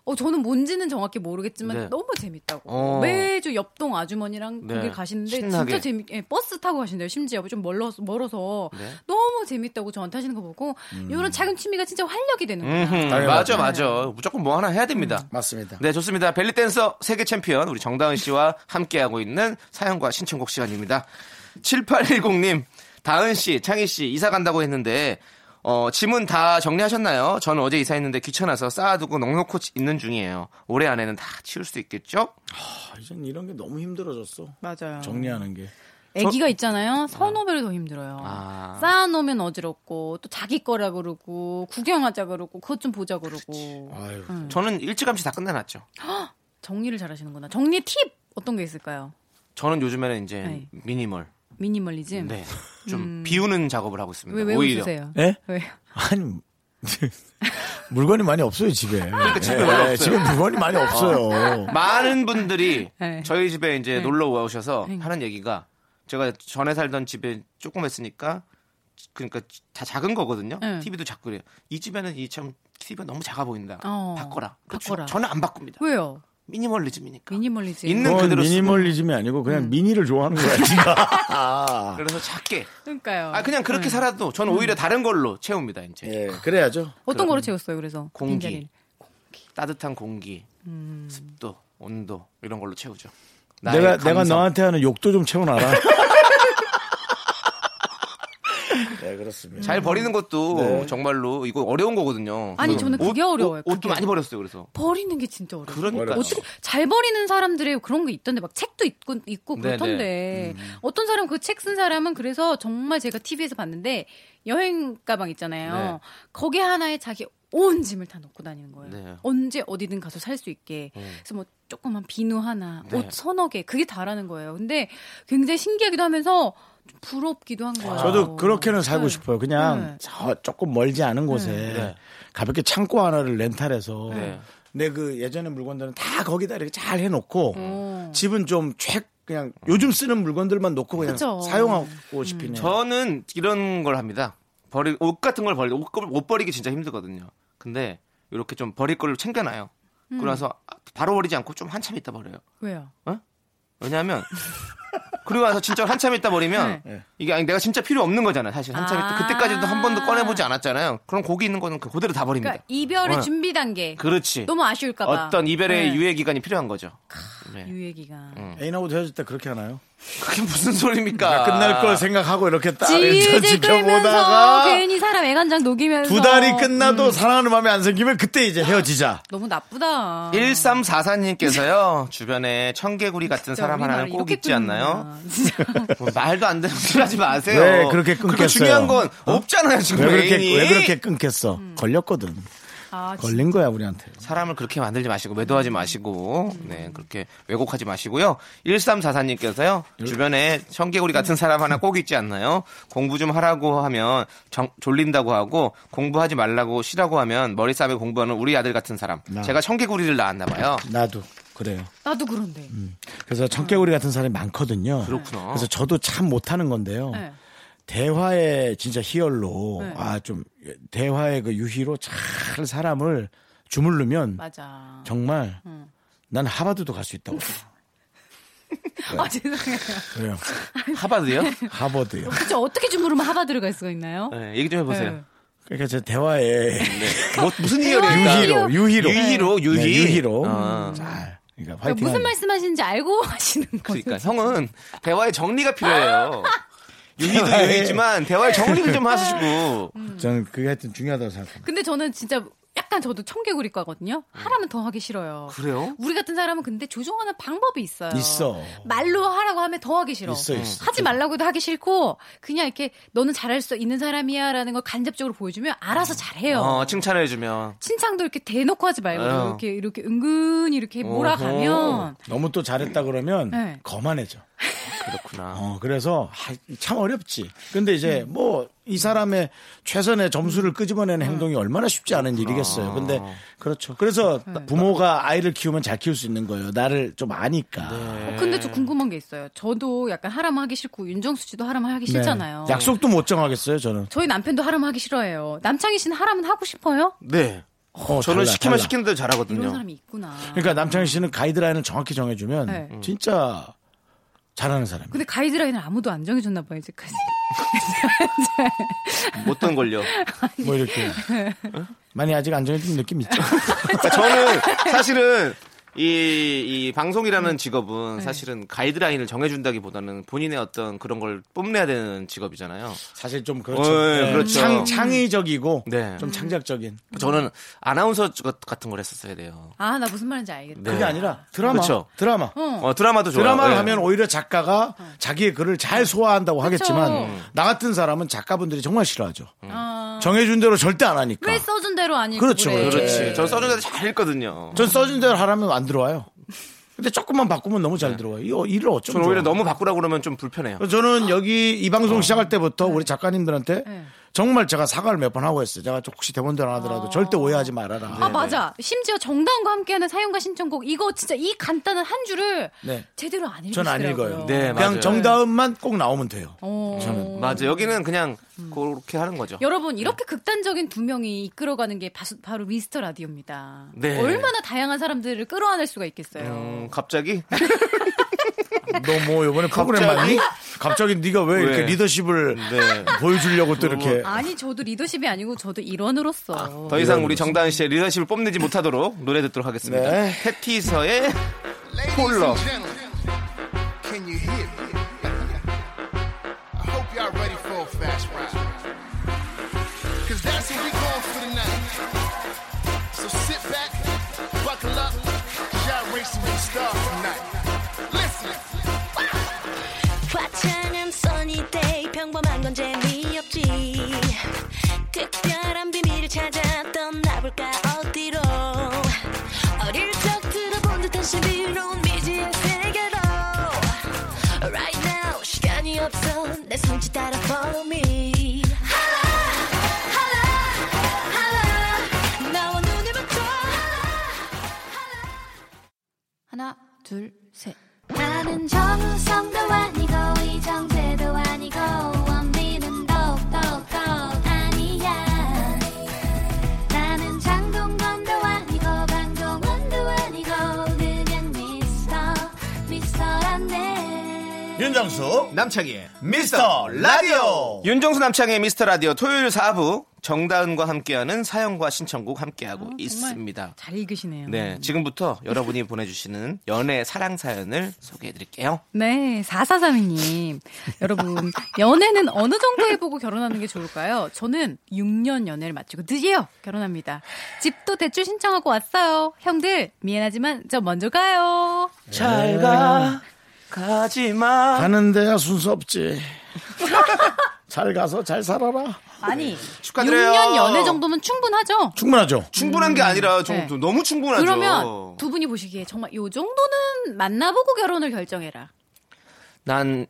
[SPEAKER 8] 어 저는 뭔지는 정확히 모르겠지만
[SPEAKER 2] 네.
[SPEAKER 8] 너무 재밌다고
[SPEAKER 2] 어.
[SPEAKER 8] 매주 옆동 아주머니랑
[SPEAKER 2] 네.
[SPEAKER 8] 거기 가시는데
[SPEAKER 2] 신나게.
[SPEAKER 8] 진짜 재밌 예, 버스 타고 가신대요 심지어 좀 멀어 멀어서
[SPEAKER 2] 네. 음.
[SPEAKER 8] 너무 재밌다고 저한테 하시는 거 보고 이런 작은 취미가 진짜 활력이 되는구나
[SPEAKER 2] 음흠,
[SPEAKER 1] 당연하죠.
[SPEAKER 2] 맞아 맞아. 무조건 뭐 하나 해야 됩니다.
[SPEAKER 1] 음, 맞습니다.
[SPEAKER 2] 네, 좋습니다. 벨리 댄서 세계 챔피언 우리 정다은 씨와 함께하고 있는 사연과 신청곡 시간입니다. 7810님, 다은 씨, 창희 씨 이사 간다고 했는데 어, 짐은 다 정리하셨나요? 저는 어제 이사했는데 귀찮아서 쌓아두고 넉넉히 있는 중이에요. 올해 안에는 다 치울 수 있겠죠?
[SPEAKER 1] 아, 이젠 이런 게 너무 힘들어졌어.
[SPEAKER 8] 맞아요
[SPEAKER 1] 정리하는 게.
[SPEAKER 8] 아기가 있잖아요 선호별이 더 힘들어요
[SPEAKER 2] 아.
[SPEAKER 8] 쌓아놓으면 어지럽고 또 자기 거라 그러고 구경하자 그러고 그것 좀 보자 그러고
[SPEAKER 1] 아유.
[SPEAKER 8] 음.
[SPEAKER 2] 저는 일찌감치 다 끝내놨죠.
[SPEAKER 8] 정리를 잘하시는구나 정리 팁 어떤 게 있을까요
[SPEAKER 2] 저는 요즘에는 이제
[SPEAKER 8] 네.
[SPEAKER 2] 미니멀,
[SPEAKER 8] 미니멀리즘
[SPEAKER 2] 네, 좀 비우는 작업을 하고 있습니다.
[SPEAKER 8] 왜, 왜
[SPEAKER 2] 오히려
[SPEAKER 8] 웃으세요?
[SPEAKER 1] 예?
[SPEAKER 8] 왜요?
[SPEAKER 1] 아니 뭐, 물건이 많이 없어요 집에.
[SPEAKER 2] 아, 집에
[SPEAKER 1] 예,
[SPEAKER 2] 원래 없어요. 아.
[SPEAKER 1] 집에 물건이 많이 없어요.
[SPEAKER 2] 많은 분들이
[SPEAKER 8] 네.
[SPEAKER 2] 저희 집에 이제 놀러 오셔서 하는 얘기가 제가 전에 살던 집에 조금 했으니까 그러니까 다 작은 거거든요.
[SPEAKER 8] 네.
[SPEAKER 2] TV도 작고 그래요. 이 집에는 이 참 TV가 너무 작아 보인다.
[SPEAKER 8] 어,
[SPEAKER 2] 바꿔라. 그
[SPEAKER 8] 바꿔라.
[SPEAKER 2] 저- 저는 안 바꿉니다.
[SPEAKER 8] 왜요?
[SPEAKER 2] 미니멀리즘이니까.
[SPEAKER 8] 미니멀리즘.
[SPEAKER 2] 있는
[SPEAKER 1] 그건
[SPEAKER 2] 그대로 쓰고.
[SPEAKER 1] 미니멀리즘이 아니고 그냥 미니를 좋아하는 거야 진짜.
[SPEAKER 2] 아, 그래서 작게.
[SPEAKER 8] 그러니까요.
[SPEAKER 2] 아 그냥
[SPEAKER 8] 네.
[SPEAKER 2] 그렇게 살아도
[SPEAKER 8] 음.
[SPEAKER 2] 저는 오히려 다른 걸로 채웁니다. 이제
[SPEAKER 1] 예, 그래야죠.
[SPEAKER 8] 어떤 거로 채웠어요? 그래서
[SPEAKER 2] 공기.
[SPEAKER 8] 빈자리를.
[SPEAKER 2] 따뜻한 공기,
[SPEAKER 8] 음.
[SPEAKER 2] 습도, 온도 이런 걸로 채우죠. 나의
[SPEAKER 1] 내가 내가
[SPEAKER 2] 감성.
[SPEAKER 1] 너한테 하는 욕도 좀 채워놔라. 네 그렇습니다.
[SPEAKER 2] 잘 버리는 것도
[SPEAKER 1] 네.
[SPEAKER 2] 정말로 이거 어려운 거거든요.
[SPEAKER 8] 아니, 저는 그게 어려워요,
[SPEAKER 2] 옷도
[SPEAKER 8] 그게.
[SPEAKER 2] 많이 버렸어요. 그래서
[SPEAKER 8] 버리는 게 진짜 어려워.
[SPEAKER 2] 그러니까
[SPEAKER 8] 어떻게 잘 버리는 사람들의 그런 게 있던데 막 책도 있고 있고
[SPEAKER 2] 네네. 음.
[SPEAKER 8] 그렇던데 어떤 사람 그 책 쓴 사람은 그래서 정말 제가 TV에서 봤는데 여행 가방 있잖아요.
[SPEAKER 2] 네.
[SPEAKER 8] 거기 하나에 자기 온 짐을 다 넣고 다니는 거예요.
[SPEAKER 2] 네. 음.
[SPEAKER 8] 언제 어디든 가서 살 수 있게. 그래서 뭐 조그만 비누 하나,
[SPEAKER 2] 네.
[SPEAKER 8] 옷 서너 개 그게 다라는 거예요. 근데 굉장히 신기하기도 하면서 좀 부럽기도 한 거예요.
[SPEAKER 1] 저도 그렇게는 살고
[SPEAKER 8] 네.
[SPEAKER 1] 싶어요. 그냥
[SPEAKER 8] 아. 네.
[SPEAKER 1] 저 조금 멀지 않은 곳에
[SPEAKER 2] 네.
[SPEAKER 1] 가볍게 창고 하나를 렌탈해서
[SPEAKER 2] 네.
[SPEAKER 1] 내 그 예전에 물건들은 다 거기다 이렇게 잘 해놓고
[SPEAKER 8] 오.
[SPEAKER 1] 집은 좀 책 그냥 요즘 쓰는 물건들만 놓고 그냥
[SPEAKER 8] 그쵸. 음.
[SPEAKER 1] 사용하고 싶이네. 요
[SPEAKER 2] 저는 이런 걸 합니다. 버리 옷 같은 걸 버리 옷, 옷 버리기 진짜 힘들거든요. 근데 이렇게 좀 버릴 걸 챙겨놔요.
[SPEAKER 8] 음.
[SPEAKER 2] 그래서 바로 버리지 않고 좀 한참 있다 버려요.
[SPEAKER 8] 왜요?
[SPEAKER 2] 왜냐하면 그리고 나서 진짜 한참 있다 버리면
[SPEAKER 1] 예.
[SPEAKER 2] 이게 아니 내가 진짜 필요 없는 거잖아요. 사실 한참 있다
[SPEAKER 8] 네. 아.
[SPEAKER 2] 그때까지도 한 번도 꺼내보지 않았잖아요. 그럼 고기 있는 거는 그대로 다 버립니다.
[SPEAKER 8] 그러니까 이별의
[SPEAKER 2] 어.
[SPEAKER 8] 준비 단계.
[SPEAKER 2] 그렇지.
[SPEAKER 8] 너무 아쉬울까봐.
[SPEAKER 2] 어떤 이별의
[SPEAKER 8] 네. 그
[SPEAKER 2] 유예 기간이 필요한 거죠. 네.
[SPEAKER 8] 유예 기간.
[SPEAKER 1] 애인하고 헤어질 때 그렇게 하나요?
[SPEAKER 2] 그게 무슨 소리입니까?
[SPEAKER 1] 다 끝날 걸 생각하고 이렇게 딱 이렇게
[SPEAKER 8] 질질 끌면서
[SPEAKER 1] 지켜보다가
[SPEAKER 8] 괜히 사람 애간장 녹이면서
[SPEAKER 1] 두 달이 끝나도
[SPEAKER 8] 음,
[SPEAKER 1] 사랑하는 마음이 안 생기면 그때 이제 헤어지자.
[SPEAKER 8] 너무 나쁘다.
[SPEAKER 2] 1344님께서요, 주변에 청개구리 같은
[SPEAKER 8] 진짜
[SPEAKER 2] 사람 하나는
[SPEAKER 8] 우리나라
[SPEAKER 2] 꼭
[SPEAKER 8] 이렇게
[SPEAKER 2] 있지 않나요?
[SPEAKER 8] 끊는구나. 진짜.
[SPEAKER 2] 뭐 말도 안 되는 소리 하지 마세요.
[SPEAKER 1] 왜 네, 그렇게 끊겼어요?
[SPEAKER 2] 중요한 건 없잖아요, 지금.
[SPEAKER 1] 왜 그렇게
[SPEAKER 2] 애인이.
[SPEAKER 8] 음.
[SPEAKER 1] 왜 그렇게 끊겠어? 걸렸거든.
[SPEAKER 8] 아,
[SPEAKER 1] 걸린 거야 우리한테.
[SPEAKER 2] 사람을 그렇게 만들지 마시고 매도하지 마시고 네 그렇게 왜곡하지 마시고요. 1344님께서요.
[SPEAKER 1] 네.
[SPEAKER 2] 주변에 청개구리 같은 사람 하나 꼭 있지 않나요? 공부 좀 하라고 하면 정- 졸린다고 하고 공부하지 말라고 쉬라고 하면 머리 싸매 공부하는 우리 아들 같은 사람.
[SPEAKER 1] 나.
[SPEAKER 2] 제가 청개구리를 낳았나 봐요.
[SPEAKER 1] 나도 그래요.
[SPEAKER 8] 나도 그런데.
[SPEAKER 1] 음. 그래서 청개구리 같은 사람이 많거든요.
[SPEAKER 2] 그렇구나.
[SPEAKER 1] 그래서 저도 참 못하는 건데요.
[SPEAKER 8] 네.
[SPEAKER 1] 대화의 진짜 희열로 아 좀 대화의 그 유희로 잘 사람을 주물르면
[SPEAKER 8] 맞아.
[SPEAKER 1] 정말 난 하버드도 갈 수 있다고
[SPEAKER 8] 아, 죄송해요.
[SPEAKER 1] 그래요.
[SPEAKER 2] 하바드요?
[SPEAKER 1] 하버드요.
[SPEAKER 8] 진짜 어떻게 주무르면 하바드를 갈 수가 있나요?
[SPEAKER 2] 네, 얘기 좀 해보세요.
[SPEAKER 8] 네.
[SPEAKER 1] 그러니까 제 대화의
[SPEAKER 2] 뭐, 무슨
[SPEAKER 8] 대화의
[SPEAKER 2] 이야기일까?
[SPEAKER 1] 유희로 유희로
[SPEAKER 2] 그러니까 유희로 유희.
[SPEAKER 1] 네, 유희로
[SPEAKER 2] 어.
[SPEAKER 1] 잘 그러니까
[SPEAKER 8] 그러니까
[SPEAKER 1] 화이팅.
[SPEAKER 8] 무슨 말씀하시는지 알고 하시는 거죠.
[SPEAKER 2] 그러니까 형은 대화의 정리가 필요해요. 유희도
[SPEAKER 1] 대화의-
[SPEAKER 2] 유희지만 대화의 정리를 좀 하시고
[SPEAKER 1] 저는 그게 하여튼 중요하다고 생각합니다.
[SPEAKER 8] 근데 저는 진짜 약간 저도 청개구리과거든요. 하라면 더 하기 싫어요.
[SPEAKER 2] 그래요?
[SPEAKER 8] 우리 같은 사람은 근데 조종하는 방법이 있어요.
[SPEAKER 1] 있어.
[SPEAKER 8] 말로 하라고 하면 더 하기 싫어.
[SPEAKER 1] 있어, 있어.
[SPEAKER 8] 하지 말라고 해도 하기 싫고 그냥 이렇게 너는 잘할 수 있는 사람이야라는 걸 간접적으로 보여주면 알아서 잘해요.
[SPEAKER 2] 어, 칭찬을 해주면
[SPEAKER 8] 칭찬도 이렇게 대놓고 하지 말고
[SPEAKER 2] 어.
[SPEAKER 8] 이렇게 이렇게 은근히 이렇게 몰아가면 어,
[SPEAKER 1] 너무 또 잘했다 그러면
[SPEAKER 8] 네.
[SPEAKER 1] 거만해져.
[SPEAKER 2] 그렇구나.
[SPEAKER 1] 어, 그래서 하, 참 어렵지. 근데 이제
[SPEAKER 8] 음.
[SPEAKER 1] 뭐 이 사람의 최선의 점수를 끄집어내는 행동이 얼마나 쉽지 않은 일이겠어요. 근데 그렇죠. 그래서
[SPEAKER 8] 네.
[SPEAKER 1] 부모가 아이를 키우면 잘 키울 수 있는 거예요. 나를 좀 아니까.
[SPEAKER 2] 네.
[SPEAKER 8] 어, 근데 저 궁금한 게 있어요. 저도 약간 하라면 하기 싫고 윤정수 씨도 하라면 하기
[SPEAKER 1] 네.
[SPEAKER 8] 싫잖아요.
[SPEAKER 1] 약속도 못 정하겠어요, 저는.
[SPEAKER 8] 저희 남편도 하라면 하기 싫어해요. 남창희 씨는 하라면 하고 싶어요?
[SPEAKER 2] 네.
[SPEAKER 1] 어,
[SPEAKER 2] 저는
[SPEAKER 1] 달라,
[SPEAKER 2] 시키면
[SPEAKER 1] 달라.
[SPEAKER 2] 시키는 대로
[SPEAKER 8] 이런
[SPEAKER 2] 잘하거든요.
[SPEAKER 8] 사람이 있구나.
[SPEAKER 1] 그러니까 남창희 씨는 가이드라인을 정확히 정해주면
[SPEAKER 8] 네.
[SPEAKER 2] 음.
[SPEAKER 1] 진짜 잘하는 사람이에요.
[SPEAKER 8] 근데 가이드라인을 아무도 안 정해줬나 봐요 이제까지.
[SPEAKER 2] 어떤 걸요?
[SPEAKER 1] 뭐 이렇게. 많이 아직 안 정해진 느낌 있죠?
[SPEAKER 2] 그러니까 저는 사실은 이, 이 방송이라는 직업은 사실은 가이드라인을 정해준다기보다는 본인의 어떤 그런 걸 뽐내야 되는 직업이잖아요.
[SPEAKER 1] 사실 좀 그렇죠.
[SPEAKER 2] 어, 예,
[SPEAKER 1] 네.
[SPEAKER 2] 그렇죠.
[SPEAKER 1] 창, 창의적이고
[SPEAKER 2] 네.
[SPEAKER 1] 좀 창작적인.
[SPEAKER 2] 저는 아나운서 같은 걸 했었어야 돼요.
[SPEAKER 8] 아 나 무슨 말인지 알겠다.
[SPEAKER 2] 네.
[SPEAKER 1] 그게 아니라 드라마.
[SPEAKER 2] 그렇죠.
[SPEAKER 1] 드라마.
[SPEAKER 2] 어, 드라마도 좋아요.
[SPEAKER 1] 드라마를
[SPEAKER 2] 예.
[SPEAKER 1] 하면 오히려 작가가
[SPEAKER 8] 어.
[SPEAKER 1] 자기의 글을 잘 소화한다고 하겠지만
[SPEAKER 8] 음.
[SPEAKER 1] 나 같은 사람은 작가분들이 정말 싫어하죠.
[SPEAKER 8] 아,
[SPEAKER 1] 정해준 대로 절대 안 하니까.
[SPEAKER 8] 왜 써준 대로 아니고
[SPEAKER 1] 그렇죠,
[SPEAKER 8] 그래. 네.
[SPEAKER 2] 그렇지. 저 써준 대로 잘 읽거든요.
[SPEAKER 1] 전 써준 대로 하라면 안 들어와요. 근데 조금만 바꾸면 너무 잘 들어와요. 이거 일을 어쩌면
[SPEAKER 2] 네. 저는 오히려 어.
[SPEAKER 1] 좋아.
[SPEAKER 2] 너무 바꾸라고 그러면 좀 불편해요.
[SPEAKER 1] 그래서 저는 여기 이 방송 시작할 때부터 우리 작가님들한테
[SPEAKER 8] 네.
[SPEAKER 1] 정말 제가 사과를 몇 번 하고 했어요. 제가 혹시 대본대로 안 하더라도 절대 오해하지 말아라.
[SPEAKER 8] 아 맞아. 심지어 정다운과 함께하는 사연과 신청곡 이거 진짜 이 간단한 한 줄을
[SPEAKER 1] 네.
[SPEAKER 8] 제대로 안 읽으시더라고요.
[SPEAKER 1] 전 안 읽어요.
[SPEAKER 2] 네,
[SPEAKER 1] 그냥
[SPEAKER 2] 맞아요.
[SPEAKER 1] 정다음만 꼭 나오면 돼요.
[SPEAKER 8] 어.
[SPEAKER 2] 맞아. 여기는 그냥 그렇게 하는 거죠.
[SPEAKER 8] 여러분
[SPEAKER 1] 네.
[SPEAKER 8] 이렇게 극단적인 두 명이 이끌어가는 게 바수- 바로 미스터 라디오입니다.
[SPEAKER 2] 네.
[SPEAKER 8] 얼마나 다양한 사람들을 끌어안을 수가 있겠어요.
[SPEAKER 2] 음, 갑자기
[SPEAKER 1] 너 뭐 이번에 프로그램 맞니? 갑자기 네가 왜 이렇게
[SPEAKER 2] 왜? 네. 뭐.
[SPEAKER 1] 리더십을 보여주려고 또 이렇게
[SPEAKER 8] 아니 저도 리더십이 아니고 저도 일원으로서
[SPEAKER 1] 아.
[SPEAKER 2] 더 이상 우리 정다은 씨의 리더십을 뽐내지 못하도록 노래 듣도록 하겠습니다.
[SPEAKER 1] 네.
[SPEAKER 2] 패티서의 폴러.
[SPEAKER 9] Can you hear me? I hope y'all ready for a fast ride. Cause that's what we going for tonight. So sit back, buckle up, cause y'all racing with the stars tonight. Listen.
[SPEAKER 3] 화창한 써니데이 평범한 건 재미없지 특별한 비밀을 찾아 떠나볼까 어디로 어릴 적 들어본 듯한 신비로운 미지의 세계로 Right now 시간이 없어 내 손짓 따라 follow me 하라 하라 하라 나와 눈을 붙여
[SPEAKER 8] 하나 둘 셋.
[SPEAKER 3] 나는 정우성도 아니고 이정재도 아니고 원빈은 더욱더 아니야 나는 장동건도 아니고 방종원도 아니고 그냥 미스터 미스터란데
[SPEAKER 1] 예, 윤정수
[SPEAKER 2] 남창희의
[SPEAKER 1] 미스터 라디오
[SPEAKER 2] 윤정수 남창희의 미스터 라디오 토요일 4부 정다은과 함께하는 사연과 신청곡 함께하고 있습니다.
[SPEAKER 8] 잘 읽으시네요.
[SPEAKER 2] 네, 지금부터 여러분이 보내주시는 연애 사랑 사연을 소개해드릴게요.
[SPEAKER 8] 네, 4432님. 여러분, 연애는 어느 정도 해보고 결혼하는 게 좋을까요? 저는 6년 연애를 마치고 드디어 결혼합니다. 집도 대출 신청하고 왔어요. 형들, 미안하지만 저 먼저 가요.
[SPEAKER 2] 잘가 가지마
[SPEAKER 1] 가는 데야 순서 없지 잘 가서 잘 살아라.
[SPEAKER 8] 아니
[SPEAKER 2] 축하드려요.
[SPEAKER 8] 6년 연애 정도면 충분하죠.
[SPEAKER 1] 충분하죠.
[SPEAKER 2] 충분한 게 아니라 좀,
[SPEAKER 8] 네.
[SPEAKER 2] 좀 너무 충분하죠.
[SPEAKER 8] 그러면 두 분이 보시기에 정말 요 정도는 만나보고 결혼을 결정해라.
[SPEAKER 2] 난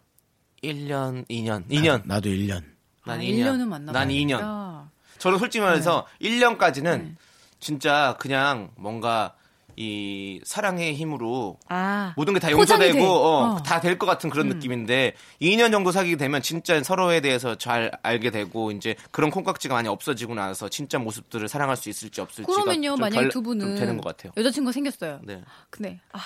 [SPEAKER 2] 1년, 2년, 2년.
[SPEAKER 1] 나도 1년.
[SPEAKER 8] 아,
[SPEAKER 2] 난
[SPEAKER 8] 1년은 네. 만나봐.
[SPEAKER 2] 난 2년. 저는 솔직히 말해서 1년까지는
[SPEAKER 8] 네.
[SPEAKER 2] 진짜 그냥 뭔가 이 사랑의 힘으로
[SPEAKER 8] 아.
[SPEAKER 2] 모든 게 다
[SPEAKER 8] 포장이
[SPEAKER 2] 용서되고
[SPEAKER 8] 돼. 어.
[SPEAKER 2] 다 될 것 같은 그런 느낌인데 2년 정도 사귀게 되면 진짜 서로에 대해서 잘 알게 되고 이제 그런 콩깍지가 많이 없어지고 나서 진짜 모습들을 사랑할 수 있을지 없을지가
[SPEAKER 8] 그러면요,
[SPEAKER 2] 좀
[SPEAKER 8] 만약에
[SPEAKER 2] 덜-
[SPEAKER 8] 두
[SPEAKER 2] 좀
[SPEAKER 8] 분은
[SPEAKER 2] 되는 것 같아요.
[SPEAKER 8] 여자친구 생겼어요.
[SPEAKER 2] 네.
[SPEAKER 8] 근데 아,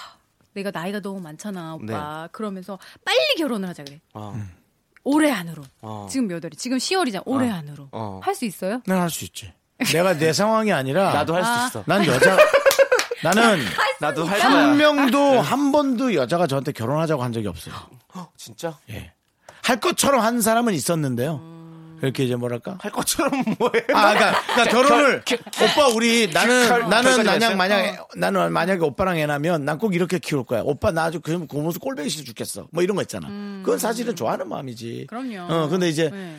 [SPEAKER 8] 내가 나이가 너무 많잖아, 오빠.
[SPEAKER 2] 네.
[SPEAKER 8] 그러면서 빨리 결혼을 하자 그래.
[SPEAKER 2] 어.
[SPEAKER 8] 올해 안으로.
[SPEAKER 2] 어.
[SPEAKER 8] 지금 몇 월이? 지금 10월이잖아. 올해 안으로.
[SPEAKER 2] 어.
[SPEAKER 8] 할 수 있어요?
[SPEAKER 1] 난 할 수 있지. 내가 내 상황이 아니라
[SPEAKER 2] 나도 할 수
[SPEAKER 8] 아.
[SPEAKER 2] 있어.
[SPEAKER 1] 난 여자 나는
[SPEAKER 2] 나도 할
[SPEAKER 1] 한
[SPEAKER 2] 거야.
[SPEAKER 1] 명도 한 번도 여자가 저한테 결혼하자고 한 적이 없어요.
[SPEAKER 2] 진짜?
[SPEAKER 1] 예. 할 것처럼 한 사람은 있었는데요. 그렇게 이제 뭐랄까?
[SPEAKER 2] 음. 할 것처럼 뭐해?
[SPEAKER 1] 아, 그러니까, 그러니까 결혼을 오빠 우리 나는
[SPEAKER 2] 결-
[SPEAKER 1] 나는
[SPEAKER 2] 결까지
[SPEAKER 1] 만약
[SPEAKER 2] 했어요?
[SPEAKER 1] 만약에 나는 만약에 오빠랑 애나면 난 꼭 이렇게 키울 거야. 오빠 나 아주 그, 그 모습 꼴보기 싫어 죽겠어. 뭐 이런 거 있잖아.
[SPEAKER 2] 음.
[SPEAKER 1] 그건 사실은 좋아하는 마음이지.
[SPEAKER 8] 그럼요.
[SPEAKER 1] 어, 근데 이제
[SPEAKER 8] 네.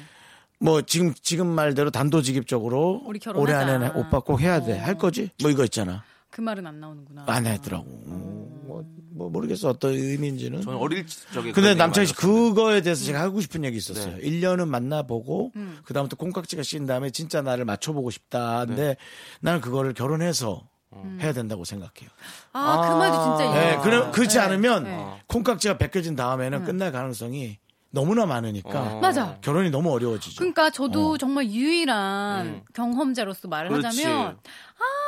[SPEAKER 1] 뭐 지금 지금 말대로 단도직입적으로
[SPEAKER 8] 우리 결혼하자.
[SPEAKER 1] 올해 안에는 오빠 꼭 해야 돼.
[SPEAKER 2] 어.
[SPEAKER 1] 할 거지? 뭐 이거 있잖아.
[SPEAKER 8] 그 말은 안 나오는구나.
[SPEAKER 2] 아,
[SPEAKER 1] 안
[SPEAKER 2] 네.
[SPEAKER 1] 하더라고. 뭐, 뭐 모르겠어 어떤 의미인지는.
[SPEAKER 2] 저는 어릴 적에 그런
[SPEAKER 1] 근데
[SPEAKER 2] 얘기
[SPEAKER 1] 남창희 씨
[SPEAKER 2] 많이 네. 들었어요.
[SPEAKER 1] 그거에 대해서 제가 하고 싶은 얘기 있었어요. 1년은 만나보고 그다음부터 콩깍지가 씌인 다음에 진짜 나를 맞춰보고 싶다. 근데
[SPEAKER 2] 네.
[SPEAKER 1] 나는 그거를 결혼해서
[SPEAKER 2] 음.
[SPEAKER 1] 해야 된다고 생각해요.
[SPEAKER 8] 아, 그 말도 진짜 이해.
[SPEAKER 1] 네, 그러, 그렇지 않으면
[SPEAKER 2] 어.
[SPEAKER 8] 네.
[SPEAKER 1] 콩깍지가 벗겨진 다음에는 끝날 가능성이 너무나
[SPEAKER 2] 어.
[SPEAKER 1] 많으니까
[SPEAKER 8] 맞아.
[SPEAKER 1] 결혼이 너무 어려워지죠.
[SPEAKER 8] 그러니까 저도 정말 유일한
[SPEAKER 2] 음.
[SPEAKER 8] 경험자로서 말을
[SPEAKER 2] 그렇지.
[SPEAKER 8] 하자면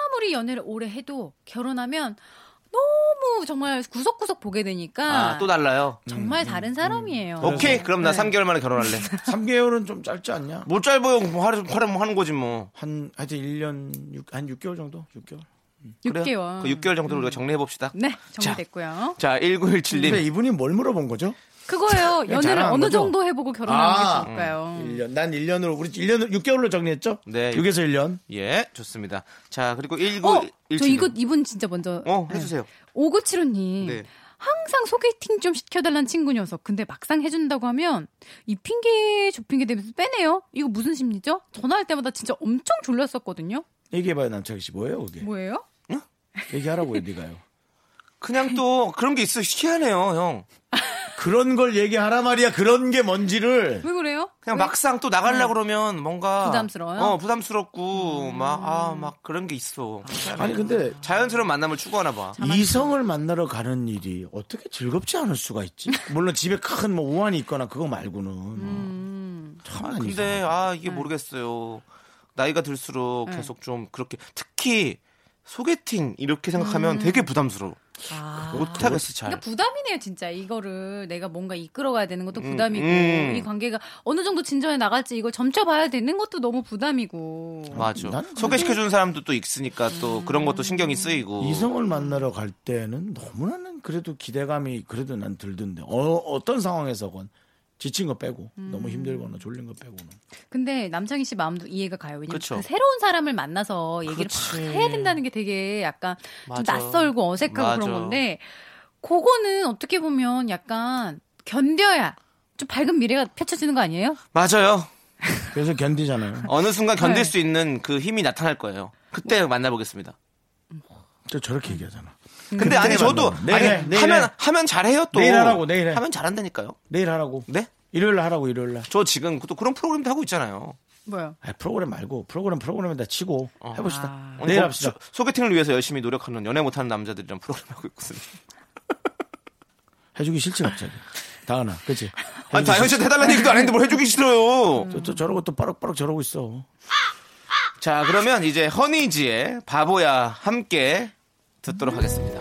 [SPEAKER 8] 아무리 연애를 오래 해도 결혼하면 너무 정말 구석구석 보게 되니까
[SPEAKER 2] 아, 또 달라요. 네.
[SPEAKER 8] 정말 다른 사람이에요.
[SPEAKER 2] 오케이, 그럼
[SPEAKER 8] 네.
[SPEAKER 2] 나 3개월 만에 결혼할래.
[SPEAKER 1] 3개월은 좀 짧지 않냐?
[SPEAKER 2] 뭐 짧아요. 뭐 하루 하루 하는 거지 뭐.
[SPEAKER 1] 한 하여튼 1년 6, 한 6개월 정도? 6개월?
[SPEAKER 2] 그래요?
[SPEAKER 8] 6개월.
[SPEAKER 2] 그 6개월 정도로 우리가 정리해 봅시다.
[SPEAKER 8] 네, 정리됐고요.
[SPEAKER 2] 자, 1917님.
[SPEAKER 1] 근데 이분이 뭘 물어본 거죠?
[SPEAKER 8] 그거예요. 연애를
[SPEAKER 1] 자랑한
[SPEAKER 8] 어느
[SPEAKER 1] 거죠?
[SPEAKER 8] 정도 해보고 결혼하는
[SPEAKER 1] 아,
[SPEAKER 8] 게
[SPEAKER 2] 음.
[SPEAKER 8] 좋을까요?
[SPEAKER 1] 1년. 난 1년으로 우리 1년 6개월로 정리했죠?
[SPEAKER 2] 네.
[SPEAKER 1] 6에서 1년.
[SPEAKER 2] 예, 좋습니다. 자, 그리고 1917.
[SPEAKER 8] 어, 저 이거 이분 진짜 먼저
[SPEAKER 2] 어, 해주세요.
[SPEAKER 8] 5975님.
[SPEAKER 2] 네.
[SPEAKER 8] 항상 소개팅 좀 시켜달란 친구 녀석. 근데 막상 해준다고 하면 이 핑계 저 핑계 대면서 빼네요. 이거 무슨 심리죠? 전화할 때마다 진짜 엄청 졸렸었거든요.
[SPEAKER 1] 얘기해봐요 남창희 씨 뭐예요 그게?
[SPEAKER 8] 뭐예요?
[SPEAKER 1] 얘기하라고요 네가요.
[SPEAKER 2] 그냥 또 그런 게 있어. 희한해요, 형.
[SPEAKER 1] 그런 걸 얘기하라 말이야 그런 게 뭔지를.
[SPEAKER 8] 왜 그래요?
[SPEAKER 2] 그냥 막상 또 나가려고 그러면 뭔가
[SPEAKER 8] 부담스러워요? 음.
[SPEAKER 2] 어, 부담스럽고 막 아, 막 그런 게 있어.
[SPEAKER 1] 아니 근데
[SPEAKER 2] 자연스러운 만남을 추구하나 봐.
[SPEAKER 1] 이성을 만나러 가는 일이 어떻게 즐겁지 않을 수가 있지? 물론 집에 큰 뭐 우환이 있거나 그거 말고는 참 아니죠.
[SPEAKER 2] 근데 아,
[SPEAKER 8] 네.
[SPEAKER 2] 이게 모르겠어요. 나이가 들수록 계속 좀 그렇게 특히 소개팅 이렇게
[SPEAKER 8] 음.
[SPEAKER 2] 생각하면 되게 부담스러워.
[SPEAKER 8] 아.
[SPEAKER 2] 못 하겠어, 잘.
[SPEAKER 8] 그러니까 부담이네요, 진짜. 이거를 내가 뭔가 이끌어가야 되는 것도
[SPEAKER 2] 음,
[SPEAKER 8] 부담이고
[SPEAKER 2] 음.
[SPEAKER 8] 이 관계가 어느 정도 진전에 나갈지 이걸 점쳐봐야 되는 것도 너무 부담이고.
[SPEAKER 2] 맞아.
[SPEAKER 1] 나는 근데- 음.
[SPEAKER 2] 소개시켜주는 사람도 또 있으니까 또 그런 것도 신경이 쓰이고.
[SPEAKER 1] 이성을 만나러 갈 때는 너무나 는 그래도 기대감이 그래도 난 들던데 어, 어떤 상황에서건 지친 거 빼고 너무 힘들거나 졸린 거 빼고는
[SPEAKER 8] 근데 남창희 씨 마음도 이해가 가요. 왜냐면
[SPEAKER 2] 그쵸.
[SPEAKER 8] 그 새로운 사람을 만나서 얘기를
[SPEAKER 2] 그치.
[SPEAKER 8] 막 해야 된다는 게 되게 약간 좀
[SPEAKER 2] 맞아.
[SPEAKER 8] 낯설고 어색하고
[SPEAKER 2] 맞아.
[SPEAKER 8] 그런 건데 그거는 어떻게 보면 약간 견뎌야 좀 밝은 미래가 펼쳐지는 거 아니에요?
[SPEAKER 2] 맞아요.
[SPEAKER 1] 그래서 견디잖아요.
[SPEAKER 2] 어느 순간 견딜
[SPEAKER 8] 네.
[SPEAKER 2] 수 있는 그 힘이 나타날 거예요. 그때 만나보겠습니다.
[SPEAKER 1] 저 저렇게 얘기하잖아.
[SPEAKER 2] 근데 아니 저도
[SPEAKER 1] 음. 만나요.
[SPEAKER 2] 아니,
[SPEAKER 1] 내일 해, 내일
[SPEAKER 2] 하면
[SPEAKER 1] 해.
[SPEAKER 2] 하면 잘해요 또.
[SPEAKER 1] 내일 하라고, 내일 해.
[SPEAKER 2] 하면 잘한다니까요.
[SPEAKER 1] 내일 하라고.
[SPEAKER 2] 네?
[SPEAKER 1] 일요일 날 하라고 일요일 날.
[SPEAKER 2] 저 지금 또 그런 프로그램도 하고 있잖아요.
[SPEAKER 8] 뭐요?
[SPEAKER 1] 아, 프로그램 말고 프로그램 프로그램에다 치고 해봅시다.
[SPEAKER 8] 아.
[SPEAKER 2] 오늘
[SPEAKER 1] 아, 내일
[SPEAKER 2] 뭐
[SPEAKER 1] 합시다.
[SPEAKER 2] 소- 소개팅을 위해서 열심히 노력하는 연애 못하는 남자들이랑 프로그램 하고 있거든요.
[SPEAKER 1] 음. 해주기 싫지 갑자기. 다은아, 그치?
[SPEAKER 2] 아니 다현 씨 해달라는 얘기도 안 했는데 뭘 해주기 싫어요.
[SPEAKER 1] 저, 저, 저러고 또 빠럭빠럭 저러고 있어.
[SPEAKER 2] 자 그러면 이제 허니지의 바보야 함께 듣도록 하겠습니다.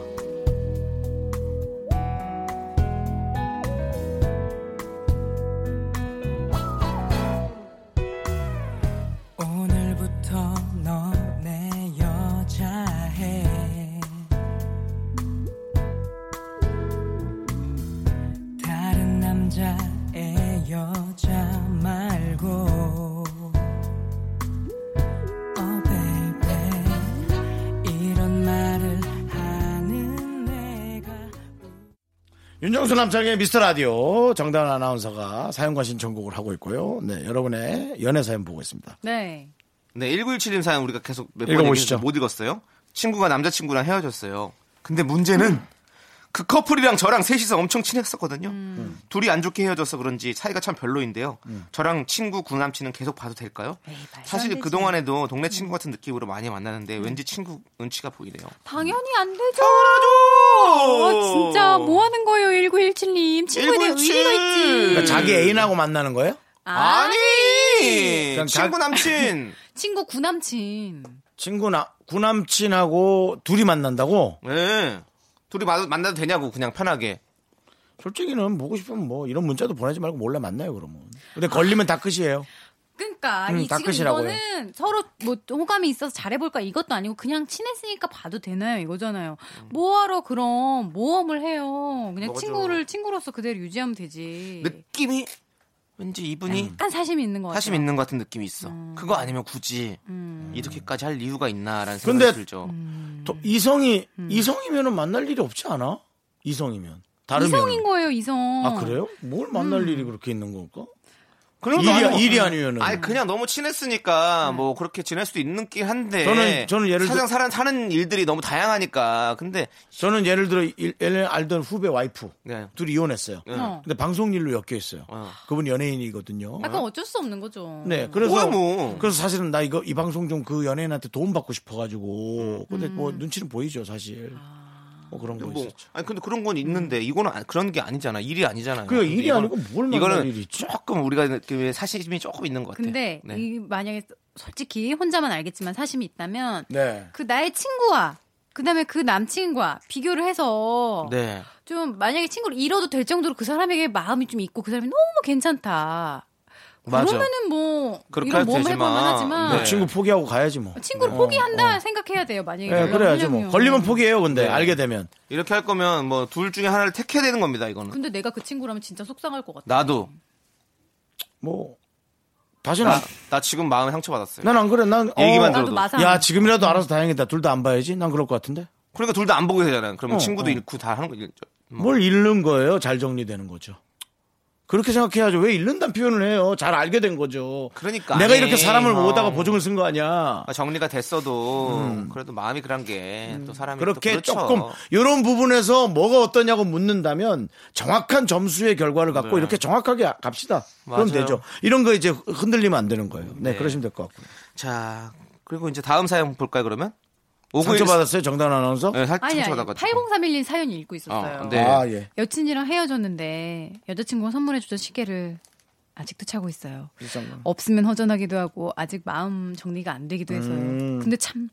[SPEAKER 5] 오늘부터 너 내 여자해 다른 남자의 여자 말고 어, oh baby 이런 말을 하는
[SPEAKER 1] 윤정수 남창의 미스터 라디오 정다은 아나운서가 사연과 신청곡을 하고 있고요. 네, 여러분의 연애 사연 보고 있습니다.
[SPEAKER 8] 네.
[SPEAKER 2] 네, 1917님 사연 우리가 계속 몇 번
[SPEAKER 1] 읽어보시죠.
[SPEAKER 2] 얘기해서 못 읽었어요. 친구가 남자친구랑 헤어졌어요. 근데 문제는 그 커플이랑 저랑 셋이서 엄청 친했었거든요. 둘이 안 좋게 헤어져서 그런지 차이가 참 별로인데요. 저랑 친구 구남친은 계속 봐도 될까요? 사실 그동안에도 동네 친구 같은 느낌으로 많이 만나는데 왠지 친구 눈치가 보이네요. 어,
[SPEAKER 8] 당연히 안 되죠. 아,
[SPEAKER 1] 어.
[SPEAKER 8] 진짜 뭐 하는 거예요, 1917님. 친구에 대한
[SPEAKER 2] 1917.
[SPEAKER 8] 의리가
[SPEAKER 2] 그러니까
[SPEAKER 8] 있지.
[SPEAKER 1] 자기 애인하고 만나는 거예요?
[SPEAKER 8] 아,
[SPEAKER 2] 아니!
[SPEAKER 1] 그냥 자-
[SPEAKER 2] 친구 남친!
[SPEAKER 8] 친구 구남친.
[SPEAKER 1] 친구 나, 구남친하고 둘이 만난다고?
[SPEAKER 2] 예. 둘이 마- 만나도 되냐고 그냥 편하게.
[SPEAKER 1] 솔직히는 보고 싶으면 뭐 이런 문자도 보내지 말고 몰래 만나요, 그러면. 근데 걸리면 다 끝이에요.
[SPEAKER 8] 그러니까
[SPEAKER 1] 음,
[SPEAKER 8] 이 지금
[SPEAKER 1] 닦으시라고
[SPEAKER 8] 이거는 서로 뭐 호감이 있어서 잘해볼까 이것도 아니고 그냥 친했으니까 봐도 되나요 이거잖아요. 뭐하러 그럼 모험을 해요. 그냥
[SPEAKER 2] 맞아.
[SPEAKER 8] 친구를 친구로서 그대로 유지하면 되지.
[SPEAKER 2] 느낌이 왠지
[SPEAKER 1] 음.
[SPEAKER 2] 이분이
[SPEAKER 8] 약간 사심이 있는 것 같아요. 음.
[SPEAKER 2] 사심 있는 것 같은 느낌이 있어. 그거 아니면 굳이 이렇게까지 할 이유가 있나라는 생각이
[SPEAKER 1] 근데-
[SPEAKER 2] 들죠.
[SPEAKER 8] 음.
[SPEAKER 1] 또 이성이, 이성이면은 만날 일이 없지 않아? 이성이면. 다른
[SPEAKER 8] 이성인
[SPEAKER 1] 면은.
[SPEAKER 8] 거예요 이성.
[SPEAKER 1] 아, 그래요? 뭘 만날
[SPEAKER 8] 음.
[SPEAKER 1] 일이 그렇게 있는 걸까?
[SPEAKER 2] 그런
[SPEAKER 1] 일이-
[SPEAKER 2] 아니고-
[SPEAKER 1] 일이 아니면은.
[SPEAKER 2] 아니 그냥 너무
[SPEAKER 8] 네.
[SPEAKER 2] 친했으니까 뭐 그렇게 지낼 수도 있는 긴 한데.
[SPEAKER 1] 저는- 저는 예를
[SPEAKER 2] 사장 사는 사는 일들이 너무 다양하니까. 근데
[SPEAKER 1] 저는 예를 들어, 일- 예전에 알던 후배 와이프.
[SPEAKER 2] 네.
[SPEAKER 1] 둘이 이혼했어요.
[SPEAKER 8] 어.
[SPEAKER 1] 근데 방송 일로 엮여 있어요.
[SPEAKER 2] 어.
[SPEAKER 1] 그분 연예인이거든요.
[SPEAKER 8] 약간 어쩔 수 없는 거죠.
[SPEAKER 1] 아. 네, 그래서
[SPEAKER 2] 뭐야, 뭐.
[SPEAKER 1] 그래서 사실은 나 이거 이 방송 좀 그 연예인한테 도움 받고 싶어가지고 근데 뭐
[SPEAKER 8] 음.
[SPEAKER 1] 눈치는 보이죠 사실.
[SPEAKER 8] 아.
[SPEAKER 1] 뭐 그런 거
[SPEAKER 2] 뭐
[SPEAKER 1] 있었죠. 음.
[SPEAKER 2] 아니 음. 근데 그런 건 있는데 이거는 아- 그런 게 아니잖아. 일이 아니잖아요.
[SPEAKER 1] 그래,
[SPEAKER 2] 근데
[SPEAKER 1] 일이
[SPEAKER 2] 이건-
[SPEAKER 1] 아니고 뭘 만날
[SPEAKER 2] 이거는
[SPEAKER 1] 일이 있지?
[SPEAKER 2] 조금 우리가 느끼기에 사심이 조금 있는 것 같아.
[SPEAKER 8] 근데
[SPEAKER 2] 네.
[SPEAKER 8] 이 만약에 솔직히 혼자만 알겠지만 사심이 있다면
[SPEAKER 1] 네.
[SPEAKER 8] 그 나의 친구와 그다음에 그 남친과 비교를 해서
[SPEAKER 2] 네.
[SPEAKER 8] 좀 만약에 친구를 잃어도 될 정도로 그 사람에게 마음이 좀 있고 그 사람이 너무 괜찮다.
[SPEAKER 2] 맞아.
[SPEAKER 8] 그러면은 뭐
[SPEAKER 2] 그렇게
[SPEAKER 8] 이런
[SPEAKER 2] 해도
[SPEAKER 8] 몸을
[SPEAKER 2] 되지만.
[SPEAKER 8] 해볼만 하지만
[SPEAKER 1] 뭐
[SPEAKER 2] 네.
[SPEAKER 1] 친구 포기하고 가야지 뭐.
[SPEAKER 8] 친구를
[SPEAKER 1] 어,
[SPEAKER 8] 포기한다
[SPEAKER 1] 어.
[SPEAKER 8] 생각해야 돼요. 만약에
[SPEAKER 1] 네,
[SPEAKER 8] 연락을
[SPEAKER 1] 그래야지 뭐.
[SPEAKER 8] 하려면.
[SPEAKER 1] 걸리면 포기해요 근데
[SPEAKER 2] 네.
[SPEAKER 1] 알게 되면.
[SPEAKER 2] 이렇게 할 거면 뭐 둘 중에 하나를 택해야 되는 겁니다. 이거는.
[SPEAKER 8] 근데 내가 그 친구라면 진짜 속상할 것 같아.
[SPEAKER 2] 나도
[SPEAKER 1] 뭐 다시는
[SPEAKER 2] 나, 나 지금 마음 상처 받았어요.
[SPEAKER 1] 난 안 그래 난
[SPEAKER 2] 아. 얘기만
[SPEAKER 8] 나도
[SPEAKER 2] 들어도.
[SPEAKER 8] 마상.
[SPEAKER 1] 야 지금이라도 알아서 다행이다 둘 다 안 봐야지 난 그럴 것 같은데
[SPEAKER 2] 그러니까 둘 다 안 보게 되잖아요. 그러면
[SPEAKER 1] 어,
[SPEAKER 2] 친구도
[SPEAKER 1] 어.
[SPEAKER 2] 잃고 다 하는 거죠. 뭐.
[SPEAKER 1] 뭘 잃는 거예요 잘 정리되는 거죠 그렇게 생각해야죠 왜 잃는다는 표현을 해요 잘 알게 된 거죠
[SPEAKER 2] 그러니까.
[SPEAKER 1] 내가
[SPEAKER 2] 아니,
[SPEAKER 1] 이렇게 사람을
[SPEAKER 2] 어.
[SPEAKER 1] 오다가 보증을 쓴 거 아니야
[SPEAKER 2] 아, 정리가 됐어도 그래도 마음이 그런 게 또 사람이
[SPEAKER 1] 그렇게
[SPEAKER 2] 또 그렇죠.
[SPEAKER 1] 조금 이런 부분에서 뭐가 어떠냐고 묻는다면 정확한 점수의 결과를 갖고
[SPEAKER 2] 네.
[SPEAKER 1] 이렇게 정확하게 갑시다.
[SPEAKER 2] 맞아요.
[SPEAKER 1] 그럼 되죠. 이런 거 이제 흔들리면 안 되는 거예요. 네,
[SPEAKER 2] 네.
[SPEAKER 1] 그러시면 될 것 같고요.
[SPEAKER 2] 자 그리고 이제 다음 사연 볼까요 그러면?
[SPEAKER 1] 상처
[SPEAKER 2] 오구일-
[SPEAKER 1] 받았어요, 정단 아나운서?
[SPEAKER 2] 네, 살-
[SPEAKER 8] 아니
[SPEAKER 2] 상처
[SPEAKER 8] 아니.
[SPEAKER 2] 받았거든요.
[SPEAKER 8] 8031님 사연이 읽고 있었어요.
[SPEAKER 2] 어, 네.
[SPEAKER 1] 아 예.
[SPEAKER 8] 여친이랑 헤어졌는데 여자친구가 선물해주던 시계를 아직도 차고 있어요.
[SPEAKER 1] 비싼 거.
[SPEAKER 8] 없으면 허전하기도 하고 아직 마음 정리가 안 되기도 해서요.
[SPEAKER 2] 음.
[SPEAKER 8] 근데 참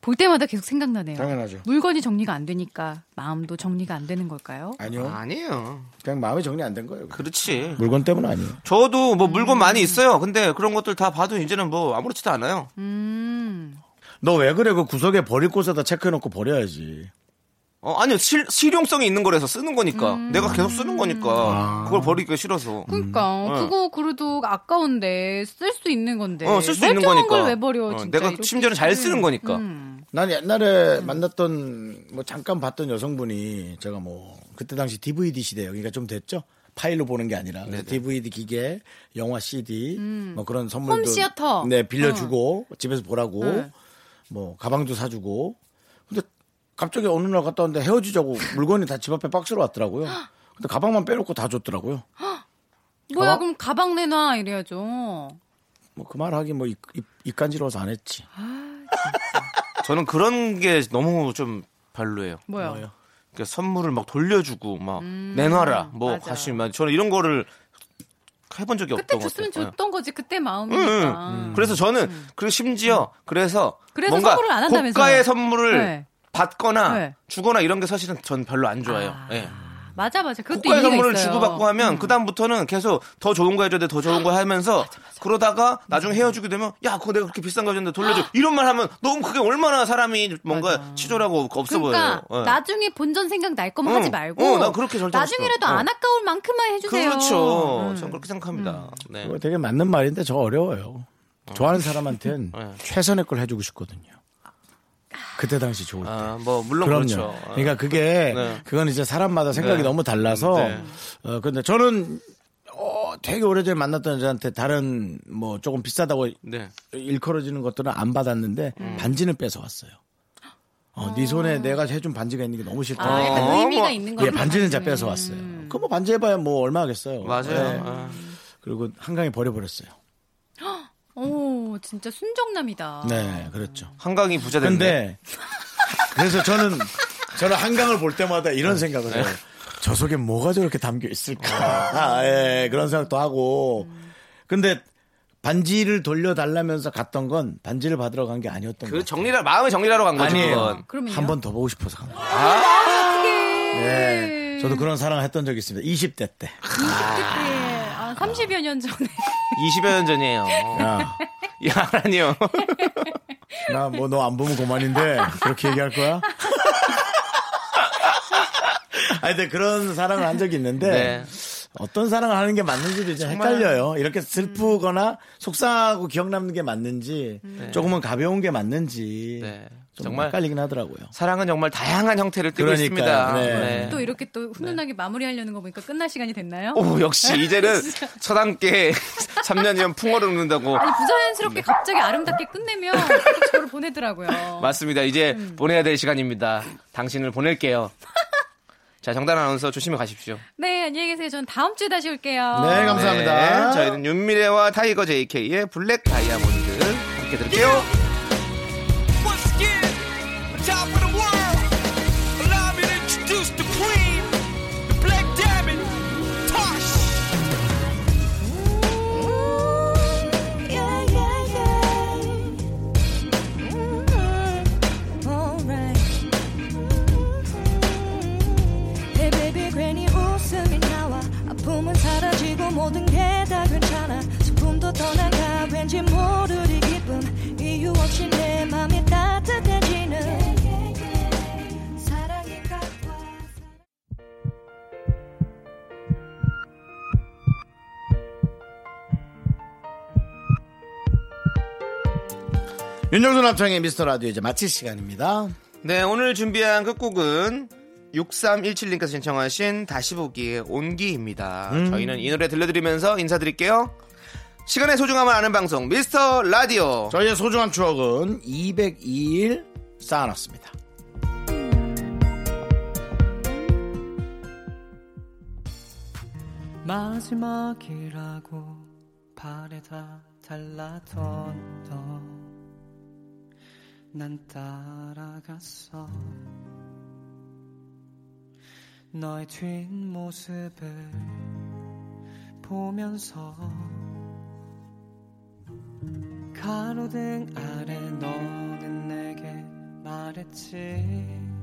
[SPEAKER 8] 볼 때마다 계속 생각나네요.
[SPEAKER 1] 당연하죠.
[SPEAKER 8] 물건이 정리가 안 되니까 마음도 정리가 안 되는 걸까요?
[SPEAKER 1] 아니요.
[SPEAKER 2] 아니에요.
[SPEAKER 1] 그냥 마음이 정리 안 된 거예요.
[SPEAKER 2] 그렇지.
[SPEAKER 1] 물건 때문 아니에요.
[SPEAKER 2] 저도 뭐 물건 많이 있어요. 근데 그런 것들 다 봐도 이제는 뭐 아무렇지도 않아요.
[SPEAKER 8] 음.
[SPEAKER 2] 음.
[SPEAKER 1] 너 왜 그래? 그 구석에 버릴 곳에다 체크해놓고 버려야지.
[SPEAKER 2] 어, 아니요. 실, 실용성이 있는 거라서 쓰는 거니까.
[SPEAKER 8] 음.
[SPEAKER 2] 내가 계속 쓰는 거니까.
[SPEAKER 1] 아.
[SPEAKER 2] 그걸 버리기가 싫어서.
[SPEAKER 8] 그러니까
[SPEAKER 2] 네.
[SPEAKER 8] 그거 그래도 아까운데 쓸 수 있는 건데
[SPEAKER 2] 어, 쓸 수 있는
[SPEAKER 8] 멀쩡한
[SPEAKER 2] 거니까.
[SPEAKER 8] 걸 네. 왜 버려
[SPEAKER 2] 어,
[SPEAKER 8] 진짜
[SPEAKER 2] 내가
[SPEAKER 8] 이렇게. 음.
[SPEAKER 2] 심지어는 잘 쓰는 거니까.
[SPEAKER 1] 난 옛날에 만났던 뭐 잠깐 봤던 여성분이 제가 뭐 그때 당시 DVD 시대예요. 그러니까 좀 됐죠. 파일로 보는 게 아니라 그래서 DVD 기계, 영화 CD 뭐 그런 선물도
[SPEAKER 8] 음. 홈시어터. 네.
[SPEAKER 1] 네 빌려주고 집에서 보라고 뭐 가방도 사주고 근데 갑자기 어느 날 갔다 왔는데 헤어지자고 물건이 다 집 앞에 박스로 왔더라고요. 근데 가방만 빼놓고 다 줬더라고요.
[SPEAKER 8] 뭐야
[SPEAKER 2] 어?
[SPEAKER 1] 가방?
[SPEAKER 8] 그럼 가방 내놔 이래야죠.
[SPEAKER 1] 뭐 그 말하기 뭐 입, 입, 입 간지러워서 안 했지.
[SPEAKER 2] 저는 그런 게 너무 좀 별로예요.
[SPEAKER 8] 뭐야?
[SPEAKER 2] 그러니까 선물을 막 돌려주고 막 내놔라 뭐
[SPEAKER 8] 음, 맞아.
[SPEAKER 2] 다시 막 저는 이런 거를 해본 적이
[SPEAKER 8] 그때
[SPEAKER 2] 없던 것 같아요.
[SPEAKER 8] 줬으면 줬던 거지 그때
[SPEAKER 2] 응.
[SPEAKER 8] 마음이니까. 음.
[SPEAKER 2] 그래서 저는 그리고 심지어 그래서,
[SPEAKER 8] 그래서
[SPEAKER 2] 뭔가
[SPEAKER 8] 선물을 안 한다면서요?
[SPEAKER 2] 고가의 선물을
[SPEAKER 8] 네.
[SPEAKER 2] 받거나
[SPEAKER 8] 네.
[SPEAKER 2] 주거나 이런 게 사실은 전 별로 안 좋아해요. 예.
[SPEAKER 8] 맞아 맞아. 그것도
[SPEAKER 2] 고가의
[SPEAKER 8] 의미가
[SPEAKER 2] 선물을
[SPEAKER 8] 있어요.
[SPEAKER 2] 주고받고 하면 그다음부터는 아, 계속 더 좋은 거 해줘야 돼, 더 좋은 거 하면서 그러다가 나중에 헤어지게 되면 야 그거 내가 그렇게 비싼 거 줬는데 돌려줘 이런 말 하면 너무 그게 얼마나 사람이 뭔가 치졸하고 없어
[SPEAKER 8] 그러니까
[SPEAKER 2] 보여요. 예.
[SPEAKER 8] 나중에 본전 생각 날 거면
[SPEAKER 2] 응.
[SPEAKER 8] 하지 말고
[SPEAKER 2] 어, 난 그렇게 절대 안
[SPEAKER 8] 나중에라도
[SPEAKER 2] 시켜.
[SPEAKER 8] 안 아까울 만큼만 해주세요.
[SPEAKER 2] 그렇죠. 전 그렇게 생각합니다. 네. 어.
[SPEAKER 1] 그거 되게 맞는 말인데 저 어려워요. 좋아하는 사람한테는
[SPEAKER 2] 네.
[SPEAKER 1] 최선의 걸 해주고 싶거든요. 그때 당시 좋을 때.
[SPEAKER 2] 아, 뭐 물론
[SPEAKER 1] 그럼요.
[SPEAKER 2] 그렇죠. 아.
[SPEAKER 1] 그러니까 그게
[SPEAKER 2] 네.
[SPEAKER 1] 그건 이제 사람마다 생각이
[SPEAKER 2] 네.
[SPEAKER 1] 너무 달라서
[SPEAKER 2] 네.
[SPEAKER 1] 어 근데 저는 어 되게 오래전에 만났던 여자한테 다른 뭐 조금 비싸다고
[SPEAKER 2] 네.
[SPEAKER 1] 일컬어지는 것들은 안 받았는데
[SPEAKER 2] 음.
[SPEAKER 1] 반지는 뺏어왔어요. 어, 네
[SPEAKER 2] 아.
[SPEAKER 1] 손에 내가 해준 반지가 있는 게 너무 싫다.
[SPEAKER 8] 아, 약간
[SPEAKER 2] 어,
[SPEAKER 8] 의미가
[SPEAKER 2] 뭐,
[SPEAKER 8] 있는 네.
[SPEAKER 1] 예,
[SPEAKER 8] 거예요.
[SPEAKER 1] 반지는 잘 뺏어왔어요. 그 뭐 반지 해봐야 뭐 얼마 하겠어요.
[SPEAKER 2] 음. 맞아요.
[SPEAKER 1] 예.
[SPEAKER 2] 아.
[SPEAKER 1] 그리고 한강에 버려버렸어요.
[SPEAKER 8] 오, 진짜 순정남이다.
[SPEAKER 1] 네, 그렇죠.
[SPEAKER 2] 한강이 부자 됐네.
[SPEAKER 1] 근데 그래서 저는 저는 한강을 볼 때마다 이런 생각을 해요. 저 속에 뭐가 저렇게 담겨 있을까? 아, 예, 그런 생각도 하고. 근데 반지를 돌려달라면서 갔던 건 반지를 받으러 간 게 아니었던
[SPEAKER 2] 그
[SPEAKER 1] 거예요.
[SPEAKER 2] 정리를 마음의 정리하러 간 거죠.
[SPEAKER 1] 아니에요.
[SPEAKER 2] 그렇죠. 그건.
[SPEAKER 8] 그러면요?
[SPEAKER 1] 한 번 더 보고 싶어서 간 거예요.
[SPEAKER 8] 네.
[SPEAKER 1] 예. 저도 그런 사랑을 했던 적이 있습니다. 20대 때.
[SPEAKER 2] 아.
[SPEAKER 8] 30여 아, 년 전에.
[SPEAKER 2] 20여 년 전이에요.
[SPEAKER 1] 야,
[SPEAKER 2] 야, 아니요.
[SPEAKER 1] 나 뭐 너 안 보면 고만인데 그렇게 얘기할 거야? 아니, 근데 그런 사랑을 한 적이 있는데
[SPEAKER 2] 네.
[SPEAKER 1] 어떤 사랑을 하는 게 맞는지도 이제 헷갈려요.
[SPEAKER 2] 음.
[SPEAKER 1] 이렇게 슬프거나 속상하고 기억 남는 게 맞는지 조금은 가벼운 게 맞는지
[SPEAKER 2] 네.
[SPEAKER 1] 좀
[SPEAKER 2] 정말
[SPEAKER 1] 헷갈리긴 하더라고요.
[SPEAKER 2] 사랑은 정말 다양한 형태를 뜨고
[SPEAKER 1] 그러니까요.
[SPEAKER 2] 있습니다.
[SPEAKER 1] 네.
[SPEAKER 8] 또 이렇게 또
[SPEAKER 2] 네.
[SPEAKER 8] 훈훈하게 마무리하려는 거 보니까 끝날 시간이 됐나요?
[SPEAKER 2] 오, 역시 이제는 처단께 3년이면 풍어를 읊는다고.
[SPEAKER 8] 아니
[SPEAKER 2] 네.
[SPEAKER 8] 부자연스럽게 갑자기 아름답게 끝내면 저를 보내더라고요.
[SPEAKER 2] 맞습니다. 이제 보내야 될 시간입니다. 당신을 보낼게요. 자, 정단 아나운서 조심히 가십시오.
[SPEAKER 8] 네 안녕히 계세요. 저는 다음 주에 다시 올게요.
[SPEAKER 1] 네, 감사합니다.
[SPEAKER 2] 네, 저희는 윤미래와 타이거 JK의 블랙 다이아몬드 함께 들을게요.
[SPEAKER 6] Once again, top of the world. Allow me to introduce the queen, the black diamond, Tosh.
[SPEAKER 4] Hey baby 괜히 웃음이 나와 아픔은 사라지고 모든 게 다 괜찮아 슬픔도 떠나가 왠지 모를 이 기쁨 이유 없이 내 맘이 따뜻해지는 사랑인가 봐
[SPEAKER 1] 윤정수 남창의 미스터 라디오 이제 마칠 시간입니다.
[SPEAKER 2] 네, 오늘 준비한 끝곡은 6317님께서 신청하신 다시 보기의 온기입니다.
[SPEAKER 1] 음.
[SPEAKER 2] 저희는 이 노래 들려드리면서 인사드릴게요. 시간의 소중함을 아는 방송 미스터 라디오.
[SPEAKER 1] 저희의 소중한 추억은 202일 쌓아놨습니다.
[SPEAKER 5] 마지막이라고 바래다 달라던 너난 따라갔어 너의 뒷모습을 보면서 가로등 아래 너는 내게 말했지